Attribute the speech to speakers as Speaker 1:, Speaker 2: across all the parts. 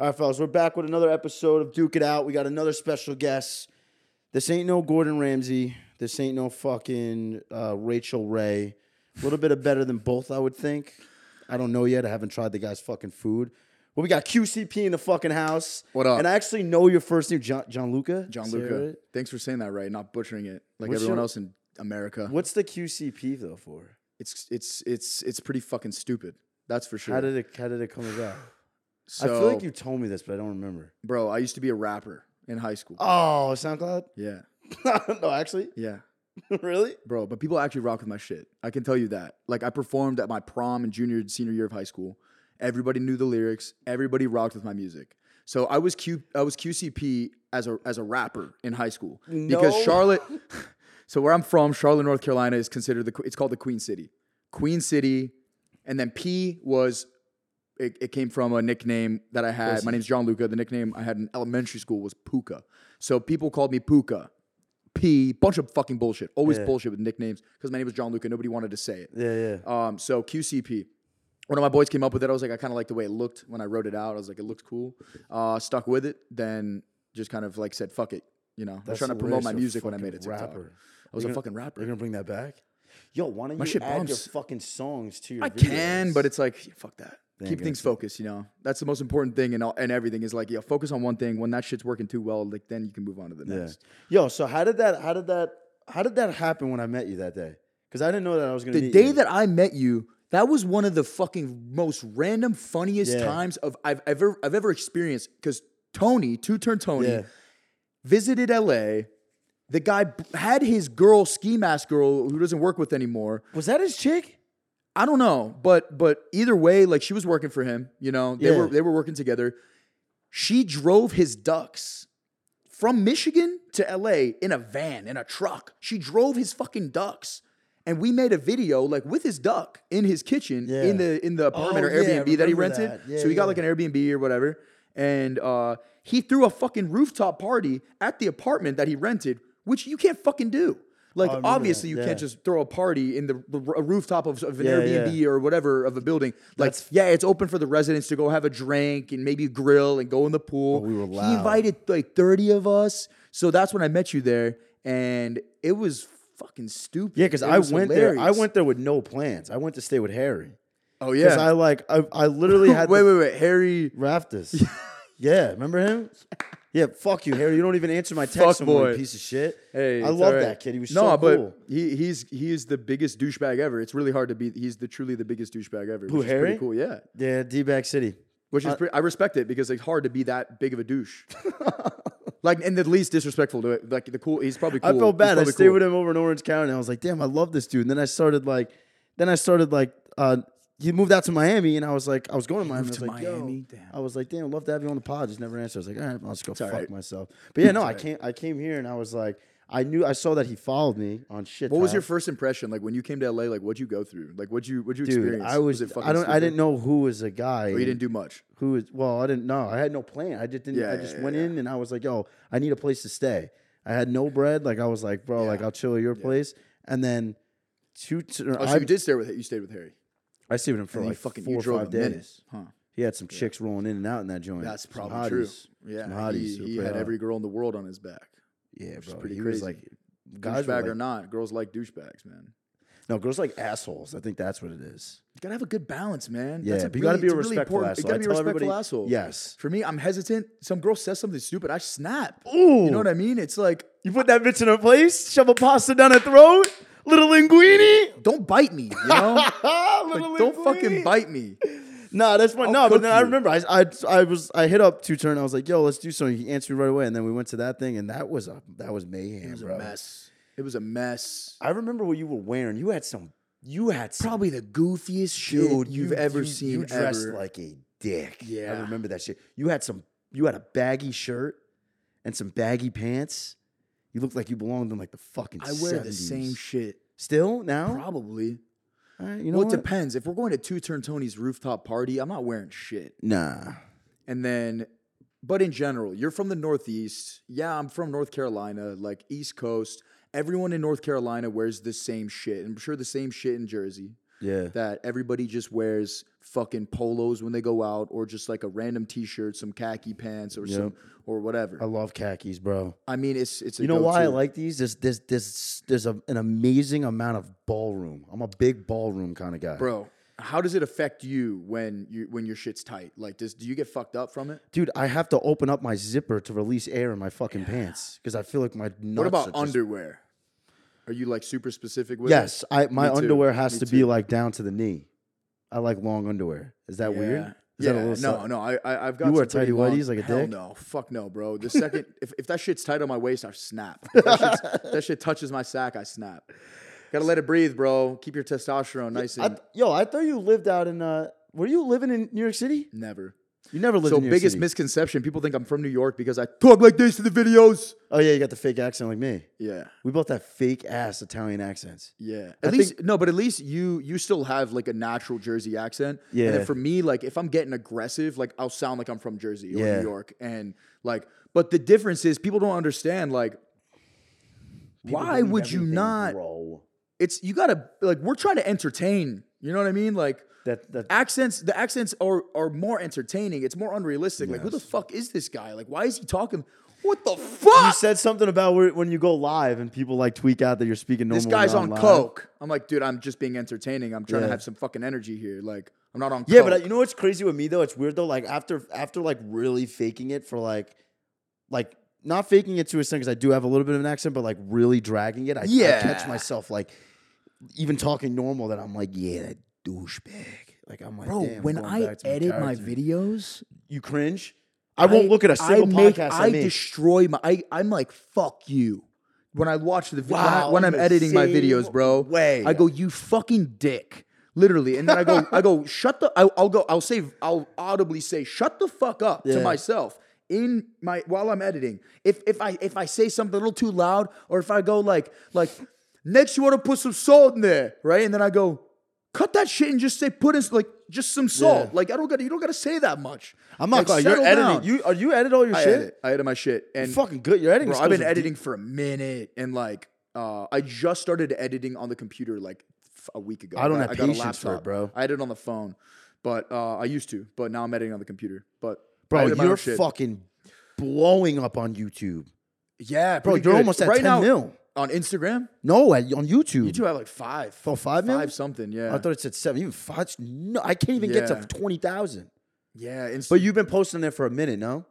Speaker 1: All right, fellas, we're back with another episode of Duke It Out. We got another special guest. This ain't no Gordon Ramsay. This ain't no fucking uh, Rachel Ray. A little bit of better than both, I would think. I don't know yet. I haven't tried the guy's fucking food. But we got QCP in the fucking house.
Speaker 2: What up?
Speaker 1: And I actually know your first name, John, John Luca.
Speaker 2: John
Speaker 1: Is that
Speaker 2: Luca.
Speaker 1: right?
Speaker 2: Thanks for saying that right, not butchering it like
Speaker 1: What's
Speaker 2: everyone
Speaker 1: your-
Speaker 2: else in America.
Speaker 1: What's the QCP though for?
Speaker 2: It's it's it's it's pretty fucking stupid. That's for sure.
Speaker 1: How did it how did it come about?
Speaker 2: so,
Speaker 1: I feel like you told me this, but I don't remember.
Speaker 2: bro. I used to be a rapper in high school.
Speaker 1: Oh, SoundCloud?
Speaker 2: Yeah,
Speaker 1: no, actually,
Speaker 2: yeah,
Speaker 1: really?
Speaker 2: bro. But people actually rock with my shit. I can tell you that. Like I performed at my prom and junior and senior year of high school. Everybody knew the lyrics. Everybody rocked with my music. So I was Q I was QCP as a as a rapper in high school because
Speaker 1: No.
Speaker 2: Charlotte. so where I'm from, Charlotte, North Carolina is considered the que- it's called the Queen City. Queen City, and then P was it, it came from a nickname that I had. My name's John Luca. The nickname I had in elementary school was Puka. So people called me Puka. P, bunch of fucking bullshit. Always
Speaker 1: Yeah.
Speaker 2: bullshit with nicknames because my name was John Luca. Nobody wanted to say it.
Speaker 1: Yeah, yeah.
Speaker 2: Um, so QCP. One of my boys came up with it. I was like, I kind of like the way it looked when I wrote it out. I was like, it looked cool. Uh, stuck with it. Then just kind of like said, fuck it. You know, I was trying to promote my music when I made it. TikTok.
Speaker 1: Rapper.
Speaker 2: I was
Speaker 1: You're
Speaker 2: a
Speaker 1: gonna-
Speaker 2: fucking
Speaker 1: You're
Speaker 2: rapper.
Speaker 1: gonna bring that back? Yo, why don't you
Speaker 2: shit
Speaker 1: add
Speaker 2: bumps.
Speaker 1: your fucking songs to your?
Speaker 2: I can,
Speaker 1: videos?
Speaker 2: but it's like yeah, fuck that.
Speaker 1: ain't
Speaker 2: Keep
Speaker 1: gonna
Speaker 2: things
Speaker 1: see it.
Speaker 2: focused. You know, that's the most important thing, and all, and everything is like yeah, focus on one thing. When that shit's working too well, like then you can move on to the
Speaker 1: yeah.
Speaker 2: next.
Speaker 1: Yo, so how did that? How did that? How did that happen when I met you that day? Because I didn't know that I was gonna.
Speaker 2: The
Speaker 1: meet
Speaker 2: day
Speaker 1: you.
Speaker 2: that I met you, that was one of the fucking most random, funniest
Speaker 1: Yeah.
Speaker 2: times of I've ever I've ever experienced. Because Tony, two turn Tony,
Speaker 1: Yeah.
Speaker 2: visited LA. The guy b- had his girl, ski mask girl, who doesn't work with anymore.
Speaker 1: was that his chick?
Speaker 2: I don't know, but but either way, like she was working for him. You know, they
Speaker 1: Yeah.
Speaker 2: were they were working together. She drove his ducks from Michigan to LA in a van, in a truck. She drove his fucking ducks. And we made a video like with his duck in his kitchen
Speaker 1: Yeah.
Speaker 2: in the in the apartment
Speaker 1: Oh,
Speaker 2: or
Speaker 1: yeah, I
Speaker 2: Airbnb that he
Speaker 1: remember
Speaker 2: rented.
Speaker 1: that. Yeah,
Speaker 2: so he
Speaker 1: yeah.
Speaker 2: got like an Airbnb or whatever. And uh, he threw a fucking rooftop party at the apartment that he rented, which you can't fucking do. Like
Speaker 1: Oh, I remember that,
Speaker 2: obviously you
Speaker 1: yeah.
Speaker 2: can't just throw a party in the, the a rooftop of, of an
Speaker 1: Yeah,
Speaker 2: Airbnb
Speaker 1: yeah.
Speaker 2: or whatever of a building. Like
Speaker 1: That's-
Speaker 2: yeah, it's open for the residents to go have a drink and maybe grill and go in the pool.
Speaker 1: Oh, we were
Speaker 2: He
Speaker 1: loud.
Speaker 2: invited like 30 of us. So that's when I met you there and it was fucking stupid.
Speaker 1: Yeah, because
Speaker 2: It
Speaker 1: I
Speaker 2: was
Speaker 1: went there. I
Speaker 2: hilarious.
Speaker 1: went there with no plans. I went to stay with Harry.
Speaker 2: Oh
Speaker 1: Because
Speaker 2: yeah.
Speaker 1: I like I, I literally had
Speaker 2: wait,
Speaker 1: the
Speaker 2: wait, wait. Harry
Speaker 1: Raftus. yeah, remember him? Yeah, fuck you, Harry. You don't even answer my text
Speaker 2: Fuck
Speaker 1: anymore, you
Speaker 2: boy.
Speaker 1: piece of shit.
Speaker 2: Hey,
Speaker 1: I
Speaker 2: it's
Speaker 1: love
Speaker 2: all right.
Speaker 1: that kid. He was
Speaker 2: no,
Speaker 1: so
Speaker 2: but
Speaker 1: cool.
Speaker 2: he he's he is the biggest douchebag ever. It's really hard to be. He's the truly the biggest douchebag ever.
Speaker 1: Who,
Speaker 2: which
Speaker 1: Harry?
Speaker 2: Is pretty cool, yeah.
Speaker 1: Yeah, D back city.
Speaker 2: Which
Speaker 1: Uh,
Speaker 2: is pretty, I respect it because it's hard to be that big of a douche. like and the least disrespectful to it. Like the cool. He's probably cool.
Speaker 1: I felt bad. I stayed
Speaker 2: with him.
Speaker 1: with him over in Orange County. And I was like, damn, I love this dude. And then I started like, then I started like, uh, he moved out to Miami, and I was like, I was going to Miami. I was
Speaker 2: moved to
Speaker 1: like, yo.
Speaker 2: Miami? Damn.
Speaker 1: I was like, damn, love to have you on the pod. Just never answered. I was like, all right, let's go fuck
Speaker 2: alright.
Speaker 1: myself. But yeah, no, I came, I came here, and I was like, I knew, I saw that he followed me on shit.
Speaker 2: What was your
Speaker 1: Talk.
Speaker 2: first impression like when you came to LA? Like, what'd you go through? Like, what'd you what'd you
Speaker 1: dude?
Speaker 2: experience?
Speaker 1: I was,
Speaker 2: it fucking
Speaker 1: I don't, I
Speaker 2: stupid?
Speaker 1: didn't know who was a guy.
Speaker 2: Or you didn't do much.
Speaker 1: who is well, I didn't know. I had no plan. I just didn't.
Speaker 2: Yeah,
Speaker 1: I
Speaker 2: yeah,
Speaker 1: just
Speaker 2: yeah,
Speaker 1: went in and I was like, "Yo, I need a place to stay." I had no bread. Like I was like, "Bro, like I'll chill at your place." And then two, two
Speaker 2: Oh, so
Speaker 1: I,
Speaker 2: you did stay with you stayed with Harry.
Speaker 1: I stayed with him for
Speaker 2: And you
Speaker 1: like
Speaker 2: fucking
Speaker 1: four
Speaker 2: you
Speaker 1: or
Speaker 2: drove
Speaker 1: five
Speaker 2: a minute,
Speaker 1: days.
Speaker 2: huh?
Speaker 1: He had some chicks rolling in and out in that joint.
Speaker 2: That's
Speaker 1: Some
Speaker 2: probably true.
Speaker 1: hotties. Some
Speaker 2: Yeah,
Speaker 1: hotties
Speaker 2: he,
Speaker 1: who
Speaker 2: he
Speaker 1: put
Speaker 2: had
Speaker 1: out.
Speaker 2: every girl in the world on his back.
Speaker 1: Yeah, bro.
Speaker 2: is pretty
Speaker 1: he was
Speaker 2: crazy.
Speaker 1: like, guys were
Speaker 2: Douchebag or
Speaker 1: like-
Speaker 2: not, girls like douchebags, man.
Speaker 1: no, girls like assholes. I think that's what it is.
Speaker 2: You gotta have a good balance, man.
Speaker 1: Yeah,
Speaker 2: That's a
Speaker 1: but you gotta be
Speaker 2: really-
Speaker 1: a
Speaker 2: it's really
Speaker 1: respectful
Speaker 2: important-
Speaker 1: asshole.
Speaker 2: You gotta
Speaker 1: I
Speaker 2: be a
Speaker 1: tell
Speaker 2: respectful
Speaker 1: everybody-
Speaker 2: asshole.
Speaker 1: yes.
Speaker 2: For me, I'm hesitant. Some girl says something stupid, I snap.
Speaker 1: Ooh,
Speaker 2: You know what I mean? It's like,
Speaker 1: you put that bitch in her place, shove a pasta down her throat, little linguini.
Speaker 2: don't bite me. You know,
Speaker 1: little
Speaker 2: like, don't fucking bite me.
Speaker 1: No, that's fine. No, but
Speaker 2: cook
Speaker 1: then I
Speaker 2: you.
Speaker 1: remember I, I I was I hit up two turn. I was like, "Yo, let's do something." He answered me right away, and then we went to that thing, and that was a that was mayhem,
Speaker 2: It was
Speaker 1: bro.
Speaker 2: a mess. It was a mess.
Speaker 1: I remember what you were wearing. You had some. You had some
Speaker 2: probably the goofiest shit
Speaker 1: dude.
Speaker 2: you've
Speaker 1: you-
Speaker 2: ever
Speaker 1: you-
Speaker 2: seen.
Speaker 1: You dressed
Speaker 2: ever.
Speaker 1: like a dick. I
Speaker 2: Yeah.
Speaker 1: remember that shit. You had some. You had a baggy shirt and some baggy pants. You looked like you belonged in like the fucking.
Speaker 2: I wear the
Speaker 1: 70s.
Speaker 2: same shit.
Speaker 1: still now.
Speaker 2: Probably.
Speaker 1: All right, you know
Speaker 2: well, it
Speaker 1: what?
Speaker 2: depends. If we're going to Two Turn Tony's rooftop party, I'm not wearing shit.
Speaker 1: nah.
Speaker 2: And then, but in general, you're from the Northeast. Yeah, I'm from North Carolina, like East Coast. Everyone in North Carolina wears the same shit. and I'm sure the same shit in Jersey.
Speaker 1: Yeah.
Speaker 2: that everybody just wears fucking polos when they go out or just like a random t-shirt, some khaki pants or some or whatever.
Speaker 1: I love khakis, bro.
Speaker 2: I mean, it's it's a
Speaker 1: You know why I
Speaker 2: go-to.
Speaker 1: like these? There's there's there's there's a, an amazing amount of ballroom. I'm a big ballroom kind of guy,
Speaker 2: bro. How does it affect you when you when your shit's tight? Like, does do you get fucked up from it?
Speaker 1: dude. I have to open up my zipper to release air in my fucking pants because I feel like my nuts.
Speaker 2: What about
Speaker 1: are just-
Speaker 2: underwear? Are you like super specific with? it?
Speaker 1: Yes, I my
Speaker 2: Me too.
Speaker 1: underwear has
Speaker 2: Me
Speaker 1: to be like down to the knee. I like long underwear. Is that weird? Is
Speaker 2: yeah.
Speaker 1: that a little
Speaker 2: no,
Speaker 1: something?
Speaker 2: no. I, I I've got
Speaker 1: You wear
Speaker 2: some
Speaker 1: tighty
Speaker 2: pretty long-
Speaker 1: whities like a
Speaker 2: Hell
Speaker 1: dick?
Speaker 2: No, fuck no, bro. The second if, if that shit's tight on my waist, I snap. If that, shit's- that shit touches my sack, I snap. Gotta let it breathe, bro. Keep your testosterone nice and
Speaker 1: I th- yo, I thought you lived out in. Uh, were you living in New York City?
Speaker 2: never.
Speaker 1: You never lived
Speaker 2: So
Speaker 1: in New York
Speaker 2: biggest
Speaker 1: City.
Speaker 2: misconception: people think I'm from New York because I talk like this to the videos.
Speaker 1: oh yeah, you got the fake accent like me.
Speaker 2: Yeah,
Speaker 1: We both have fake ass Italian accents.
Speaker 2: yeah. At
Speaker 1: I
Speaker 2: least no, but at least you you still have like a natural Jersey accent. And then
Speaker 1: Yeah.
Speaker 2: for me, like if I'm getting aggressive, like I'll sound like I'm from Jersey or
Speaker 1: Yeah.
Speaker 2: New York, and like. But the difference is people don't understand like. why
Speaker 1: believe
Speaker 2: would you
Speaker 1: everything,
Speaker 2: not?
Speaker 1: Bro.
Speaker 2: It's you gotta like we're trying to entertain. You know what I mean? Like
Speaker 1: That that
Speaker 2: accents the accents are are more entertaining. It's more unrealistic. Like who the fuck is this guy? Like why is he talking? What the
Speaker 1: you
Speaker 2: fuck?
Speaker 1: said something about where, when you go live and people like tweak out that you're speaking normal.
Speaker 2: this
Speaker 1: when
Speaker 2: guy's
Speaker 1: you're
Speaker 2: on
Speaker 1: live.
Speaker 2: coke. I'm like, dude, I'm just being entertaining. I'm trying to
Speaker 1: Yeah.
Speaker 2: have some fucking energy here. Like, I'm not on.
Speaker 1: Yeah,
Speaker 2: coke.
Speaker 1: but uh, you know what's crazy with me though? It's weird though. Like after after like really faking it for like like not faking it to a extent because I do have a little bit of an accent, but like really dragging it. I, I catch
Speaker 2: Yeah.
Speaker 1: myself like even talking normal that I'm like, yeah, that douchebag. Like I'm like,
Speaker 2: bro,
Speaker 1: damn,
Speaker 2: when
Speaker 1: going
Speaker 2: I
Speaker 1: back to
Speaker 2: edit my
Speaker 1: character.
Speaker 2: videos,
Speaker 1: you cringe. I won't look at a single
Speaker 2: I make,
Speaker 1: podcast I,
Speaker 2: I,
Speaker 1: make.
Speaker 2: destroy my. I, I'm like, fuck you. When I watch the video,
Speaker 1: Wow,
Speaker 2: when, I,
Speaker 1: I'm
Speaker 2: am
Speaker 1: the
Speaker 2: editing my
Speaker 1: same
Speaker 2: videos, bro,
Speaker 1: way.
Speaker 2: I go, you fucking dick, literally, and then I go, I go, shut the. I, I'll go, I'll say, I'll audibly say, shut the fuck up to
Speaker 1: Yeah.
Speaker 2: myself in my while I'm editing. If if I if I say something a little too loud, or if I go like like, next you want to put some salt in there, right? And then I go, cut that shit and just say put in s- like just some salt.
Speaker 1: Yeah.
Speaker 2: Like I don't got to you don't got to say that much.
Speaker 1: I'm not
Speaker 2: Like,
Speaker 1: gonna. You're
Speaker 2: settle
Speaker 1: editing.
Speaker 2: down.
Speaker 1: You are you edit all your
Speaker 2: I
Speaker 1: shit?
Speaker 2: edit. I edit my shit. And
Speaker 1: Fucking good. Your editing.
Speaker 2: bro, I've been
Speaker 1: skills are deep.
Speaker 2: editing for a minute, and like, uh, I just started editing on the computer like f- a week ago.
Speaker 1: I don't
Speaker 2: got-
Speaker 1: have
Speaker 2: got a
Speaker 1: patience for it,
Speaker 2: laptop.
Speaker 1: bro.
Speaker 2: I edit on the phone, but uh, I used to, but now I'm editing on the computer. But I
Speaker 1: Bro,
Speaker 2: edit my own
Speaker 1: you're
Speaker 2: shit.
Speaker 1: fucking blowing up on YouTube.
Speaker 2: yeah,
Speaker 1: Bro,
Speaker 2: pretty
Speaker 1: you're
Speaker 2: good.
Speaker 1: almost at
Speaker 2: right
Speaker 1: 10
Speaker 2: now
Speaker 1: mil.
Speaker 2: on Instagram.
Speaker 1: No, at- on YouTube.
Speaker 2: You two have like five,
Speaker 1: Oh, five mil?
Speaker 2: five something. Yeah,
Speaker 1: I thought it said seven. Even five? No, I can't even get
Speaker 2: Yeah.
Speaker 1: to 20,000.
Speaker 2: yeah. Inst-
Speaker 1: But you've been posting there for a minute, no?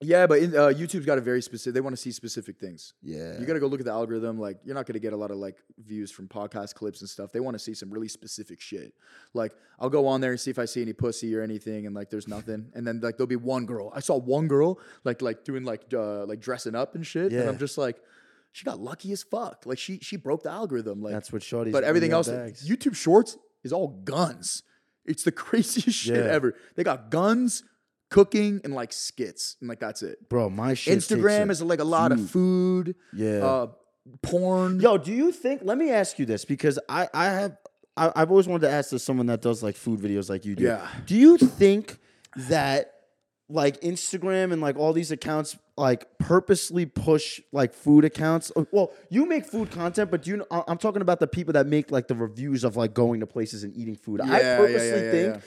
Speaker 2: yeah, but in, uh, YouTube's got a very specific. They want to see specific things.
Speaker 1: Yeah.
Speaker 2: You got to go look at the algorithm. Like, you're not going to get a lot of like views from podcast clips and stuff. They want to see some really specific shit. Like, I'll go on there and see if I see any pussy or anything, and like, there's nothing. And then like, there'll be one girl. I saw one girl like like doing like uh, like dressing up and shit, and
Speaker 1: Yeah.
Speaker 2: I'm just like, she got lucky as fuck. Like, she she broke the algorithm. Like,
Speaker 1: That's what shorties.
Speaker 2: but
Speaker 1: do in
Speaker 2: everything
Speaker 1: their
Speaker 2: else,
Speaker 1: bags.
Speaker 2: YouTube Shorts is all guns. It's the craziest shit
Speaker 1: Yeah.
Speaker 2: ever. They got guns, cooking, and like skits, and like that's it.
Speaker 1: Bro, my shit. takes
Speaker 2: Instagram
Speaker 1: a-
Speaker 2: is like a lot of food,
Speaker 1: Yeah.
Speaker 2: uh, porn.
Speaker 1: Yo, do you think? Let me ask you this because I, I have. I, I've always wanted to ask this someone that does like food videos like you do.
Speaker 2: Yeah.
Speaker 1: Do you think that like Instagram and like all these accounts like purposely push like food accounts? Uh, Well, you make food content, but do you? kn- I- I'm talking about the people that make like the reviews of like going to places and eating food.
Speaker 2: Yeah,
Speaker 1: I
Speaker 2: yeah,
Speaker 1: purposely
Speaker 2: yeah,
Speaker 1: think.
Speaker 2: yeah.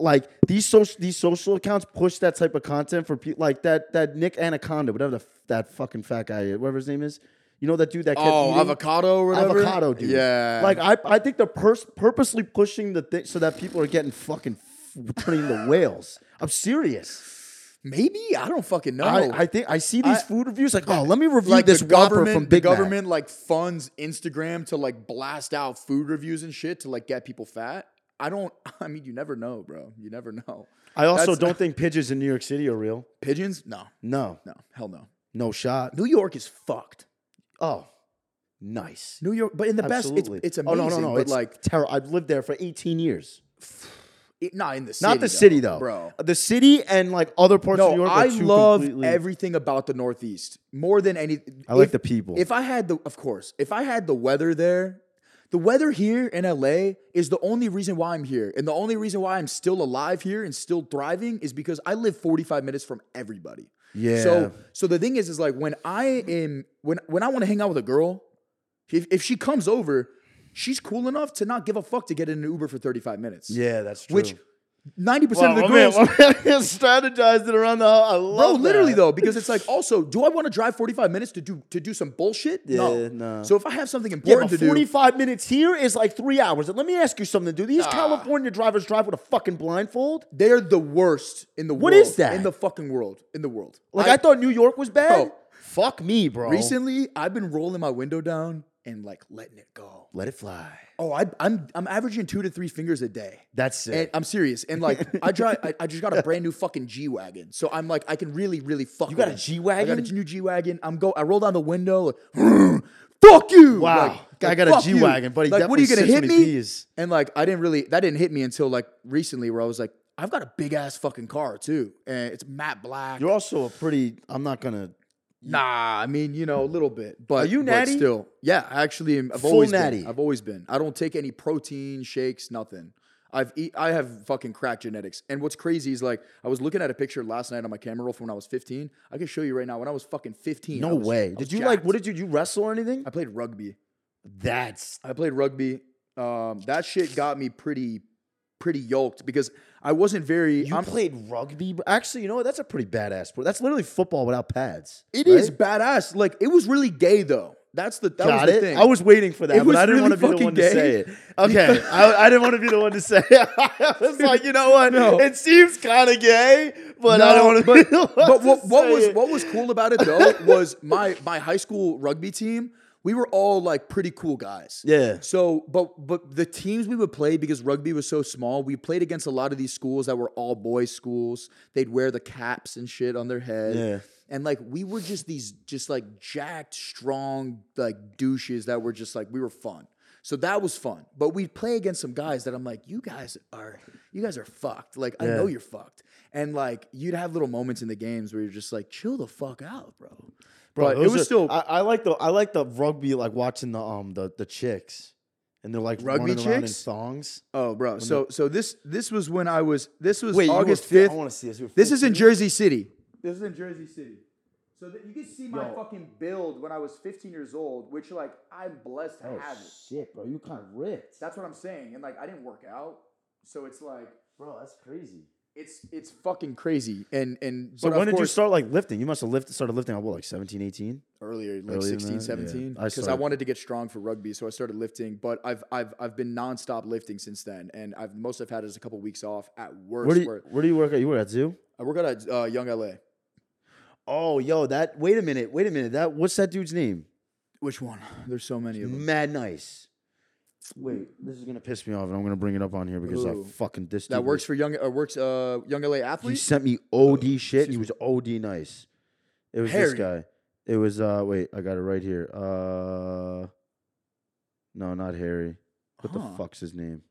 Speaker 1: Like these social these social accounts push that type of content for people like that that Nick Anaconda whatever the, f- that fucking fat guy is, whatever his name is you know that dude that kept
Speaker 2: oh,
Speaker 1: eating?
Speaker 2: avocado or whatever.
Speaker 1: avocado dude.
Speaker 2: Yeah.
Speaker 1: Like I, I think they're pers- purposely pushing the thing so that people are getting fucking f- turning into whales. I'm serious.
Speaker 2: maybe I don't fucking know.
Speaker 1: I, I think I see these
Speaker 2: I-
Speaker 1: food reviews like, oh, let me review
Speaker 2: like
Speaker 1: this
Speaker 2: the
Speaker 1: Whopper
Speaker 2: government,
Speaker 1: from
Speaker 2: the
Speaker 1: Big Mac.
Speaker 2: government like funds Instagram to like blast out food reviews and shit to like get people fat. I don't. I mean, you never know, bro. You never know.
Speaker 1: I also
Speaker 2: That's-
Speaker 1: don't think pigeons in New York City are real.
Speaker 2: Pigeons? No,
Speaker 1: No,
Speaker 2: no, hell no.
Speaker 1: no shot.
Speaker 2: New York is fucked.
Speaker 1: Oh, nice.
Speaker 2: New York, but in the
Speaker 1: Absolutely.
Speaker 2: best, it's, it's amazing.
Speaker 1: Oh no, no, no!
Speaker 2: But
Speaker 1: it's
Speaker 2: like,
Speaker 1: like terror. I've lived there for 18 years.
Speaker 2: it, not in the city.
Speaker 1: Not the city though,
Speaker 2: bro.
Speaker 1: The city and like other parts of New
Speaker 2: No,
Speaker 1: York.
Speaker 2: I
Speaker 1: are two
Speaker 2: love
Speaker 1: completely-
Speaker 2: everything about the Northeast more than any.
Speaker 1: I like
Speaker 2: if-
Speaker 1: the people.
Speaker 2: If I had the, of course, if I had the weather there, the weather here in LA is the only reason why I'm here, and the only reason why I'm still alive here and still thriving is because I live 45 minutes from everybody.
Speaker 1: Yeah.
Speaker 2: So, so the thing is, is like when I am when when I want to hang out with a girl, if, if she comes over, she's cool enough to not give a fuck to get in an Uber for 35 minutes.
Speaker 1: Yeah, that's true.
Speaker 2: Which 90% of the
Speaker 1: Wow, my man-
Speaker 2: girls
Speaker 1: my man strategized it around the whole. I
Speaker 2: Bro,
Speaker 1: love
Speaker 2: Oh, literally
Speaker 1: that.
Speaker 2: though, because it's like also, do I want to drive 45 minutes to do to do some bullshit? no.
Speaker 1: Yeah, no.
Speaker 2: So if I have something
Speaker 3: Yeah,
Speaker 2: important
Speaker 3: but
Speaker 2: to do,
Speaker 3: 45 minutes here is like three hours. And let me ask you something. Do these California drivers drive with a fucking blindfold?
Speaker 2: they are the worst in the
Speaker 3: What
Speaker 2: world.
Speaker 3: is that?
Speaker 2: In the fucking world. In the world.
Speaker 3: Like I, thought New York was bad.
Speaker 2: Bro.
Speaker 3: Fuck me, bro.
Speaker 2: Recently, I've been rolling my window down and like letting it go.
Speaker 3: Let it fly.
Speaker 2: Oh, I, I'm I'm averaging two to three fingers a day.
Speaker 3: That's it.
Speaker 2: And I'm serious. And like I drive, I, I just got a brand new fucking G wagon. So I'm like, I can really, really fuck. You
Speaker 3: got a
Speaker 2: I got
Speaker 3: G-Wagon?
Speaker 2: a new G wagon. I'm go. I roll down the window. Like, fuck you.
Speaker 1: Wow. Guy got a
Speaker 2: fuck you.
Speaker 1: G-Wagon, but he
Speaker 2: like, what are you gonna
Speaker 1: definitely
Speaker 2: hit
Speaker 1: sits when
Speaker 2: me?
Speaker 1: he pees.
Speaker 2: And like, I didn't really. That didn't hit me until like recently, where I was like, I've got a big ass fucking car too, and it's matte black.
Speaker 1: You're also a pretty. I'm not gonna.
Speaker 2: nah, I mean, you know, a little bit. But
Speaker 1: Are you
Speaker 2: but
Speaker 1: natty?
Speaker 2: still, yeah. I Actually, am- I've
Speaker 1: Full
Speaker 2: always
Speaker 1: natty.
Speaker 2: Been, I've always been. I don't take any protein shakes. Nothing. I've eat, I have fucking crack genetics. And what's crazy is like I was looking at a picture last night on my camera roll from when I was 15. I can show you right now. When I was fucking 15. I
Speaker 3: no
Speaker 2: was- I
Speaker 3: way.
Speaker 2: was
Speaker 3: Did you like?
Speaker 2: jacked.
Speaker 3: What did you? You wrestle or anything?
Speaker 2: I played rugby.
Speaker 3: That's
Speaker 2: I played rugby. Um, that shit got me pretty, pretty yoked because I wasn't very.
Speaker 3: you
Speaker 2: I'm,
Speaker 3: played rugby. bro? Actually, you know what? That's a pretty badass sport. That's literally football without pads.
Speaker 2: It is badass. Like it was really gay though. That's the that
Speaker 3: Got
Speaker 2: was the
Speaker 3: it.
Speaker 2: thing.
Speaker 3: I was waiting for that,
Speaker 2: It
Speaker 3: but
Speaker 2: was
Speaker 3: I didn't
Speaker 2: really
Speaker 3: want to be the
Speaker 2: fucking
Speaker 3: one
Speaker 2: gay.
Speaker 3: to say it. Okay, I, I didn't want to be the one to say it. I was like, you know what?
Speaker 2: No.
Speaker 3: It seems kind of gay, but I
Speaker 2: No,
Speaker 3: don't want to be the one
Speaker 2: but
Speaker 3: to
Speaker 2: what, what
Speaker 3: say
Speaker 2: was
Speaker 3: it.
Speaker 2: what was cool about it though was my my high school rugby team. We were all like pretty cool guys.
Speaker 3: Yeah.
Speaker 2: So, but but the teams we would play because rugby was so small, we played against a lot of these schools that were all boys schools. They'd wear the caps and shit on their head.
Speaker 3: Yeah.
Speaker 2: And like we were just these just like jacked, strong like douches that were just like we were fun. So that was fun. But we'd play against some guys that I'm like, you guys are you guys are fucked. Like I know you're fucked. And like you'd have little moments in the games where you're just like, chill the fuck out, bro. Bro, it
Speaker 3: Those
Speaker 2: was
Speaker 3: are-
Speaker 2: still
Speaker 1: I, I like the. I like the rugby. Like watching the um the the chicks, and they're like
Speaker 2: Rugby
Speaker 1: running around in
Speaker 2: chicks?
Speaker 1: thongs.
Speaker 2: Oh, bro. So so this this was when I was this was
Speaker 1: Wait, you were
Speaker 2: August
Speaker 1: fi- I
Speaker 2: fifth.
Speaker 1: wanna see this. You were
Speaker 2: This is in
Speaker 1: 15?
Speaker 2: Jersey City. This is in Jersey City. So that you can see my fucking build when I was 15 years old, which like I'm blessed to have it.
Speaker 1: Oh, shit, bro! You kind of ripped,
Speaker 2: That's what I'm saying. And like I didn't work out, so it's like
Speaker 1: bro. That's crazy.
Speaker 2: it's it's fucking crazy. And and
Speaker 1: So
Speaker 2: but
Speaker 1: when did
Speaker 2: of
Speaker 1: you
Speaker 2: course-
Speaker 1: start like lifting? You must have lifted started lifting at what like 17, 18?
Speaker 2: earlier, like
Speaker 1: Earlier than
Speaker 2: 16,
Speaker 1: that? Yeah.
Speaker 2: 17,
Speaker 1: I
Speaker 2: because I,
Speaker 1: started-
Speaker 2: wanted to get strong for rugby, so I started lifting. But I've I've I've been nonstop lifting since then, and I've most I've had is a couple weeks off at worst.
Speaker 1: Where do you
Speaker 2: where-
Speaker 1: where do you work at? You work at Zoo?
Speaker 2: I work out at uh, Young LA.
Speaker 1: Oh, yo, that wait a minute, wait a minute. That what's that dude's name?
Speaker 2: Which one? There's so many of them.
Speaker 1: Mad nice. Wait, this is gonna piss me off, and I'm gonna bring it up on here because
Speaker 2: Ooh.
Speaker 1: I fucking this.
Speaker 2: That
Speaker 1: dude
Speaker 2: works for young uh, works uh young LA athlete.
Speaker 1: Was, he sent me OD shit. He was OD nice. It was this
Speaker 2: Harry.
Speaker 1: guy. It was uh wait, I got it right here. Uh, no, not Harry. What
Speaker 2: Huh.
Speaker 1: the fuck's his name?